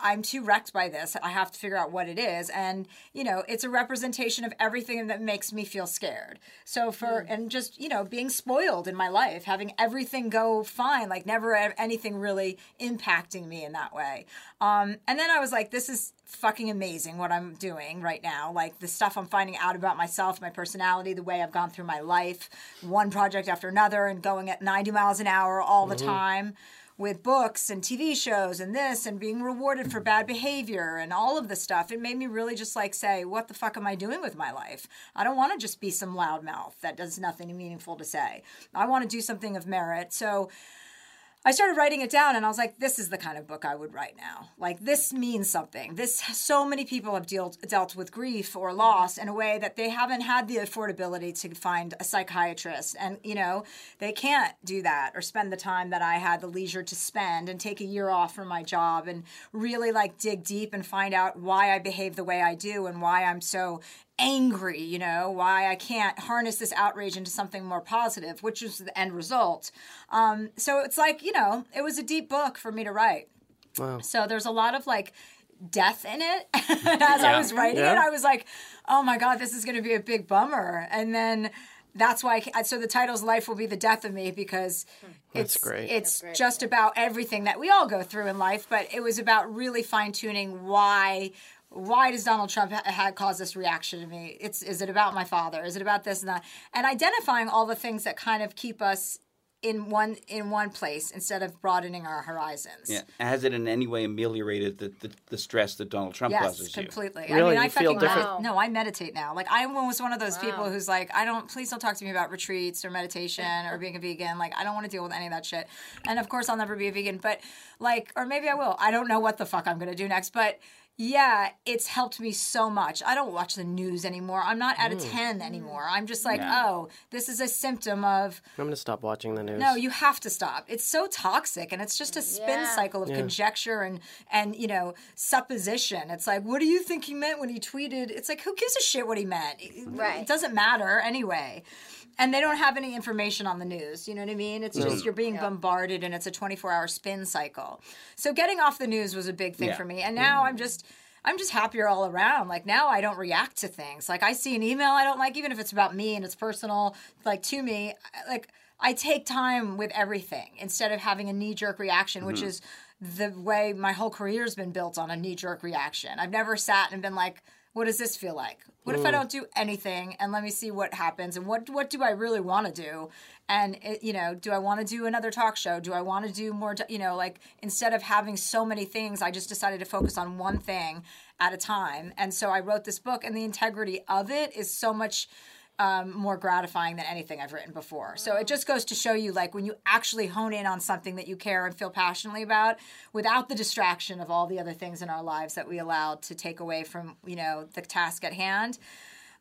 Speaker 5: I'm too wrecked by this. I have to figure out what it is. And, you know, it's a representation of everything that makes me feel scared. So, for, and just, you know, being spoiled in my life, having everything go fine, like never a- anything really impacting me in that way. Um, and then I was like, this is fucking amazing what I'm doing right now. Like the stuff I'm finding out about myself, my personality, the way I've gone through my life, one project after another, and going at 90 miles an hour all the time with books and TV shows and this and being rewarded for bad behavior and all of this stuff. It made me really just like say, what the fuck am I doing with my life? I don't want to just be some loudmouth that does nothing meaningful to say. I want to do something of merit. So I started writing it down and I was like, this is the kind of book I would write now. Like, this means something. This, so many people have dealt, dealt with grief or loss in a way that they haven't had the affordability to find a psychiatrist. And, you know, they can't do that or spend the time that I had the leisure to spend and take a year off from my job and really like dig deep and find out why I behave the way I do and why I'm so angry, you know, why I can't harness this outrage into something more positive, which is the end result. Um, so it's like, you know, it was a deep book for me to write.
Speaker 2: Wow.
Speaker 5: So there's a lot of like death in it. And As I was writing it,
Speaker 2: Yeah.
Speaker 5: I was like, oh my God, this is going to be a big bummer. And then that's why, I, ca- so the title's Life Will Be the Death of Me because
Speaker 2: Hmm.
Speaker 5: it's,
Speaker 2: great.
Speaker 5: it's just about everything that we all go through in life, but it was about really fine tuning why. Why does Donald Trump ha- ha- cause this reaction to me? It's is it about my father? Is it about this and that? And identifying all the things that kind of keep us in one in one place instead of broadening our horizons.
Speaker 1: Yeah. Has it in any way ameliorated the, the, the stress that Donald Trump
Speaker 5: Yes,
Speaker 1: causes you?
Speaker 5: completely. I
Speaker 2: Really?
Speaker 5: mean, I
Speaker 2: You feel
Speaker 5: fucking
Speaker 2: different?
Speaker 5: med- No, I meditate now. Like I was one of those people who's like, I don't. Please don't talk to me about retreats or meditation or being a vegan. Like I don't want to deal with any of that shit. And of course, I'll never be a vegan. But like, or maybe I will. I don't know what the fuck I'm gonna do next. But yeah, it's helped me so much. I don't watch the news anymore. I'm not at a ten anymore. I'm just like,
Speaker 1: Mm. Yeah.
Speaker 5: oh, this is a symptom of
Speaker 2: I'm gonna stop watching the news.
Speaker 5: no, you have to stop. It's so toxic, and it's just a spin
Speaker 3: Yeah.
Speaker 5: cycle of conjecture and and you know supposition. It's like, what do you think he meant when he tweeted? It's like, who gives a shit what he meant? It-
Speaker 3: Right.
Speaker 5: It doesn't matter anyway. And they don't have any information on the news. You know what I mean? It's just you're being bombarded, and it's a 24 hour spin cycle. So getting off the news was a big thing
Speaker 1: Yeah.
Speaker 5: for me. And
Speaker 3: Mm-hmm.
Speaker 5: now I'm just. I'm just happier all around. Like now I don't react to things. Like I see an email I don't like, even if it's about me and it's personal, like to me, I- like I take time with everything instead of having a knee jerk reaction, which is the way my whole career's been built on a knee jerk reaction. I've never sat and been like, what does this feel like? What if I don't do anything and let me see what happens and what what do I really want to do? And it, you know, do I want to do another talk show? Do I want to do more? t- You know, like instead of having so many things, I just decided to focus on one thing at a time. And so I wrote this book, and the integrity of it is so much um, more gratifying than anything I've written before. So it just goes to show you, like, when you actually hone in on something that you care and feel passionately about, without the distraction of all the other things in our lives that we allow to take away from, you know, the task at hand.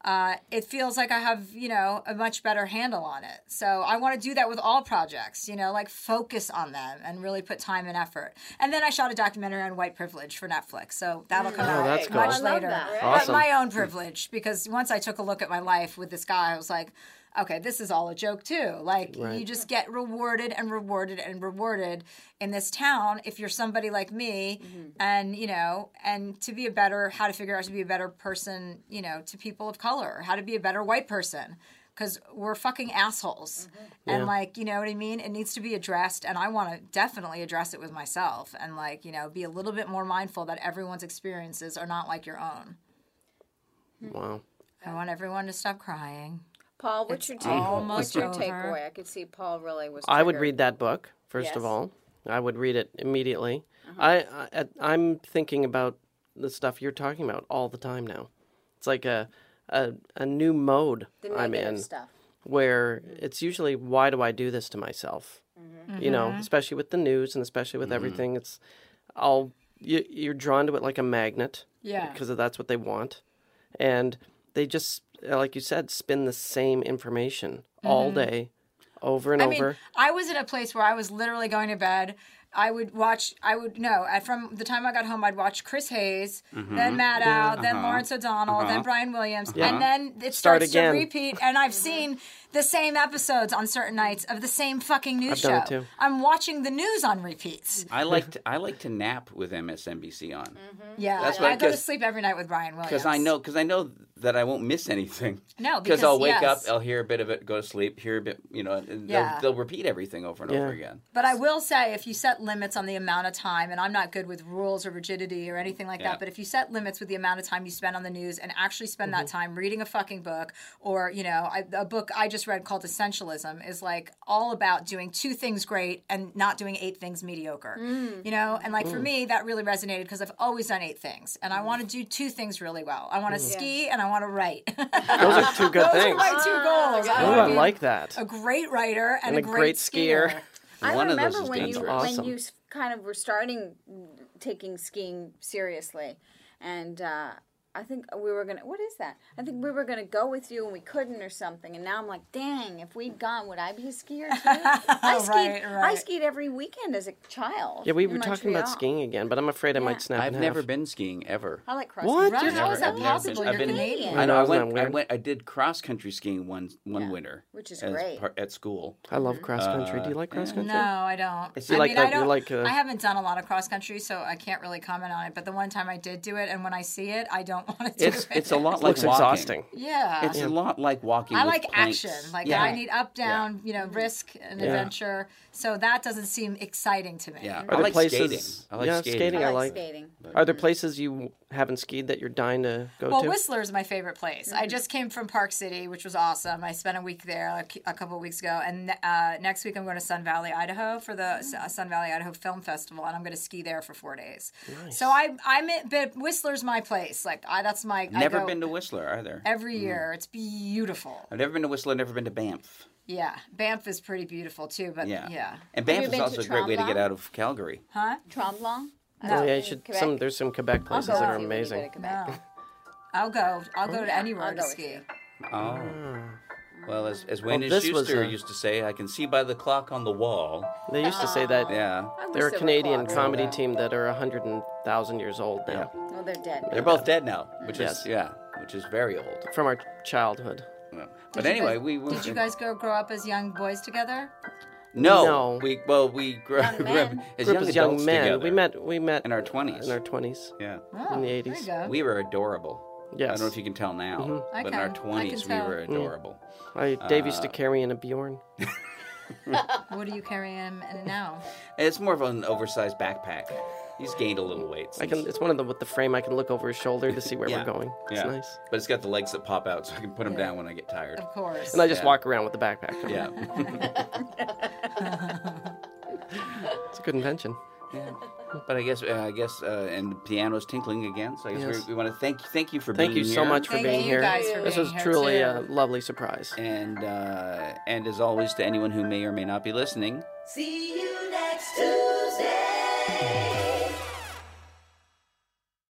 Speaker 5: Uh, it feels like I have, you know, a much better handle on it. So I want to do that with all projects, you know, like focus on them and really put time and effort. And then I shot a documentary on white privilege for Netflix, so that'll come out
Speaker 2: that's
Speaker 5: much
Speaker 2: cool.
Speaker 3: Oh, I love
Speaker 5: later.
Speaker 3: that.
Speaker 5: But
Speaker 2: Awesome.
Speaker 5: my own privilege because once I took a look at my life with this guy, I was like, okay, this is all a joke too. Like you just get rewarded and rewarded and rewarded in this town if you're somebody like me
Speaker 2: Mm-hmm.
Speaker 5: and you know, and to be a better how to figure out to be a better person, you know, to people of color, how to be a better white person. Because we're fucking assholes. And,
Speaker 2: Mm-hmm. Yeah.
Speaker 5: like, you know what I mean? It needs to be addressed. And I want to definitely address it with myself and, like, you know, be a little bit more mindful that everyone's experiences are not like your own.
Speaker 2: Wow.
Speaker 5: I want everyone to stop crying.
Speaker 3: Paul, what's your take? What's
Speaker 5: almost
Speaker 3: your
Speaker 5: over.
Speaker 3: takeaway? I could see Paul really was.
Speaker 2: I would
Speaker 3: triggered.
Speaker 2: read that book first of
Speaker 3: Yes. Uh-huh.
Speaker 2: all. I would read it immediately. I, I at- I'm thinking about the stuff you're talking about all the time now. It's like a a, a new mode
Speaker 3: the
Speaker 2: I'm
Speaker 3: negative
Speaker 2: in
Speaker 3: stuff.
Speaker 2: where it's usually why do I do this to myself? You know, especially with the news and especially
Speaker 1: Mm-hmm.
Speaker 2: with everything. It's all you, you're drawn to it like a magnet.
Speaker 5: Yeah.
Speaker 2: because that's what they want, and they just uh, like you said spin the same information all day, over and
Speaker 5: I
Speaker 2: over.
Speaker 5: mean, I was in a place where I was literally going to bed I would watch. I would no. I, from the time I got home, I'd watch Chris Hayes,
Speaker 2: Mm-hmm.
Speaker 5: then Matt Out, then Lawrence O'Donnell, then Brian Williams, and then it
Speaker 2: uh-huh. Start
Speaker 5: starts
Speaker 2: again.
Speaker 5: to repeat. And I've seen the same episodes on certain nights of the same fucking news
Speaker 2: I've
Speaker 5: show.
Speaker 2: done it too.
Speaker 5: I'm watching the news on repeats.
Speaker 1: I like to, I like to nap with MSNBC on
Speaker 5: Yeah,
Speaker 1: That's
Speaker 5: I
Speaker 1: right,
Speaker 5: go to
Speaker 1: 'cause-
Speaker 5: sleep every night with Brian Williams
Speaker 1: because I know because I know that I won't miss anything.
Speaker 5: No,
Speaker 1: because
Speaker 5: because
Speaker 1: I'll wake
Speaker 5: yes.
Speaker 1: up, I'll hear a bit of it, go to sleep, hear a bit, you know, and
Speaker 5: Yeah.
Speaker 1: they'll, they'll repeat everything over and
Speaker 2: Yeah.
Speaker 1: over again.
Speaker 5: But I will say, if you set limits on the amount of time, and I'm not good with rules or rigidity or anything like
Speaker 1: Yeah.
Speaker 5: that, but if you set limits with the amount of time you spend on the news and actually spend that
Speaker 2: Mm-hmm.
Speaker 5: time reading a fucking book, or, you know, I, a book I just read called Essentialism is like all about doing two things great and not doing eight things mediocre,
Speaker 2: Mm.
Speaker 5: you know? And like for me, that really resonated because I've always done eight things and I want to do two things really well. I want
Speaker 2: Mm.
Speaker 5: to ski and I want to write.
Speaker 2: Those are two good
Speaker 5: Those are
Speaker 2: things.
Speaker 5: my two goals. I
Speaker 2: Oh,
Speaker 5: wanna
Speaker 2: I
Speaker 5: be
Speaker 2: like that.
Speaker 5: a great writer and,
Speaker 2: And a great skier.
Speaker 3: I
Speaker 1: One of those
Speaker 3: remember
Speaker 1: is
Speaker 3: when you
Speaker 1: dangerous.
Speaker 2: Awesome.
Speaker 3: when you s- kind of were starting taking skiing seriously, and uh, I think we were gonna. What is that? I think we were gonna go with you, and we couldn't, or something. And now I'm like, dang, if we'd gone, would I be a skier? Too? I skied.
Speaker 5: Right,
Speaker 3: I
Speaker 5: right.
Speaker 3: skied every weekend as a child.
Speaker 2: Yeah, we
Speaker 3: in
Speaker 2: were talking about
Speaker 3: Montreal.
Speaker 2: skiing again, but I'm afraid I might snap
Speaker 1: I've
Speaker 2: in
Speaker 1: never
Speaker 2: half.
Speaker 1: been skiing ever.
Speaker 3: I like cross
Speaker 2: What?
Speaker 5: Right? How
Speaker 1: Never-
Speaker 5: is that
Speaker 1: I've never been-
Speaker 5: possible?
Speaker 1: I've
Speaker 5: You're
Speaker 1: been-
Speaker 5: Canadian.
Speaker 1: I know. I
Speaker 2: Isn't that
Speaker 1: went. I
Speaker 2: weird?
Speaker 1: went. I did cross country skiing one one winter,
Speaker 3: which is
Speaker 1: as
Speaker 3: great.
Speaker 1: par- at school.
Speaker 2: I love cross country. Do you like cross country?
Speaker 5: No, I don't.
Speaker 2: see,
Speaker 5: I
Speaker 2: like
Speaker 5: mean,
Speaker 2: a-
Speaker 5: I don't.
Speaker 2: like a-
Speaker 5: I haven't done a lot of cross country, so I can't really comment on it. But the one time I did do it, and when I see it, I don't want to do
Speaker 1: It's
Speaker 5: it.
Speaker 1: it's a lot like
Speaker 2: Looks
Speaker 1: walking.
Speaker 2: exhausting.
Speaker 5: yeah.
Speaker 1: It's a lot like walking.
Speaker 5: I
Speaker 1: with
Speaker 5: like
Speaker 1: planks.
Speaker 5: action. Like
Speaker 1: yeah.
Speaker 5: I need up, down, you know, risk and adventure. So that doesn't seem exciting to me.
Speaker 1: Yeah.
Speaker 2: Are
Speaker 1: I
Speaker 2: there
Speaker 1: like
Speaker 2: places-
Speaker 1: skating. I like
Speaker 2: yeah,
Speaker 1: skating.
Speaker 2: skating, I
Speaker 3: I like
Speaker 2: like-
Speaker 3: skating.
Speaker 2: Are there places you haven't skied that you're dying to go
Speaker 5: Well,
Speaker 2: to?
Speaker 5: Whistler is my favorite place.
Speaker 1: Mm-hmm.
Speaker 5: I just came from Park City, which was awesome. I spent a week there a, c- a couple of weeks ago, and uh, next week I'm going to Sun Valley, Idaho, for the
Speaker 1: Mm.
Speaker 5: S- uh, Sun Valley Idaho Film Festival, and I'm going to ski there for four days. So I, I'm at, but Whistler's my place. Like I, that's my. I
Speaker 1: Never
Speaker 5: go
Speaker 1: been to Mm. Whistler either.
Speaker 5: every year. It's beautiful.
Speaker 1: I've never been to Whistler. Never been to Banff.
Speaker 5: Yeah, Banff is pretty beautiful too. But
Speaker 1: Yeah.
Speaker 5: yeah,
Speaker 1: And
Speaker 3: you
Speaker 1: Banff is
Speaker 3: been to
Speaker 1: also a great way to get
Speaker 3: Tremblant?
Speaker 1: out of Calgary.
Speaker 5: huh?
Speaker 3: Tromblon.
Speaker 2: oh, yeah,
Speaker 3: in
Speaker 2: you should.
Speaker 3: Quebec.
Speaker 2: Some there's some Quebec
Speaker 3: I'll
Speaker 2: places
Speaker 3: go
Speaker 2: that
Speaker 3: with
Speaker 2: are
Speaker 3: you when you go to
Speaker 2: amazing.
Speaker 3: Quebec.
Speaker 5: No. I'll go. I'll go to anywhere
Speaker 3: I'll
Speaker 5: to
Speaker 3: go with
Speaker 5: ski.
Speaker 3: you.
Speaker 1: Oh. Well, as, as Wayne and
Speaker 2: this was
Speaker 1: Schuster
Speaker 2: a-
Speaker 1: used to say, I can see by the clock on the wall.
Speaker 2: They used to say that
Speaker 1: Yeah.
Speaker 3: I
Speaker 2: they're
Speaker 3: wish they
Speaker 2: a
Speaker 3: were
Speaker 2: Canadian
Speaker 3: clocks.
Speaker 2: comedy team that are hundred and thousand years old now,
Speaker 3: No, they're dead.
Speaker 1: They're both dead now, which
Speaker 2: Yes.
Speaker 1: is, yeah, which is very old.
Speaker 2: from our childhood.
Speaker 1: Yeah. But
Speaker 5: Did you
Speaker 1: anyway,
Speaker 5: guys-
Speaker 1: we, we
Speaker 5: did you guys go grow up as young boys together?
Speaker 1: no,
Speaker 2: No.
Speaker 1: we well we grew,
Speaker 3: Young
Speaker 1: grew up
Speaker 3: men.
Speaker 1: as
Speaker 2: Group
Speaker 1: young
Speaker 2: is young
Speaker 1: adults
Speaker 2: men.
Speaker 1: together
Speaker 2: We met. We met
Speaker 1: in our
Speaker 2: in
Speaker 1: twenties.
Speaker 2: our twenties.
Speaker 1: Yeah,
Speaker 5: Oh,
Speaker 2: In the
Speaker 5: there you
Speaker 2: 80s.
Speaker 5: go.
Speaker 1: we were adorable. I
Speaker 2: Yes. Mm-hmm. Mm.
Speaker 1: don't know if you can tell now,
Speaker 5: I
Speaker 1: but in our
Speaker 5: can. I can
Speaker 1: twenties we
Speaker 5: tell.
Speaker 1: were adorable.
Speaker 2: I, Dave used to
Speaker 1: Uh,
Speaker 2: carry in a Bjorn.
Speaker 5: What are you carrying in now?
Speaker 1: And It's more of an oversized backpack. He's gained a little weight.
Speaker 2: I
Speaker 1: since-
Speaker 2: can. It's one of the with the frame. I can look over his shoulder to see where
Speaker 1: Yeah.
Speaker 2: we're going. It's
Speaker 1: yeah.
Speaker 2: nice.
Speaker 1: But it's got the legs that pop out, so I can put him down when I get tired.
Speaker 5: Of course.
Speaker 2: And I just
Speaker 1: Yeah.
Speaker 2: walk around with the backpack. on.
Speaker 1: Yeah.
Speaker 2: It's a good invention.
Speaker 1: But I guess uh, I guess uh, and the piano's tinkling again. So I guess
Speaker 2: Yes.
Speaker 1: we, we want to thank thank you for
Speaker 2: Thank
Speaker 1: being
Speaker 2: you
Speaker 1: here.
Speaker 2: so much for
Speaker 5: Thank
Speaker 2: being
Speaker 5: you
Speaker 2: here.
Speaker 5: guys for
Speaker 2: this
Speaker 5: being
Speaker 2: was
Speaker 5: here,
Speaker 2: truly
Speaker 5: too.
Speaker 2: a lovely surprise.
Speaker 1: And uh, and as always, to anyone who may or may not be listening,
Speaker 6: See you next Tuesday.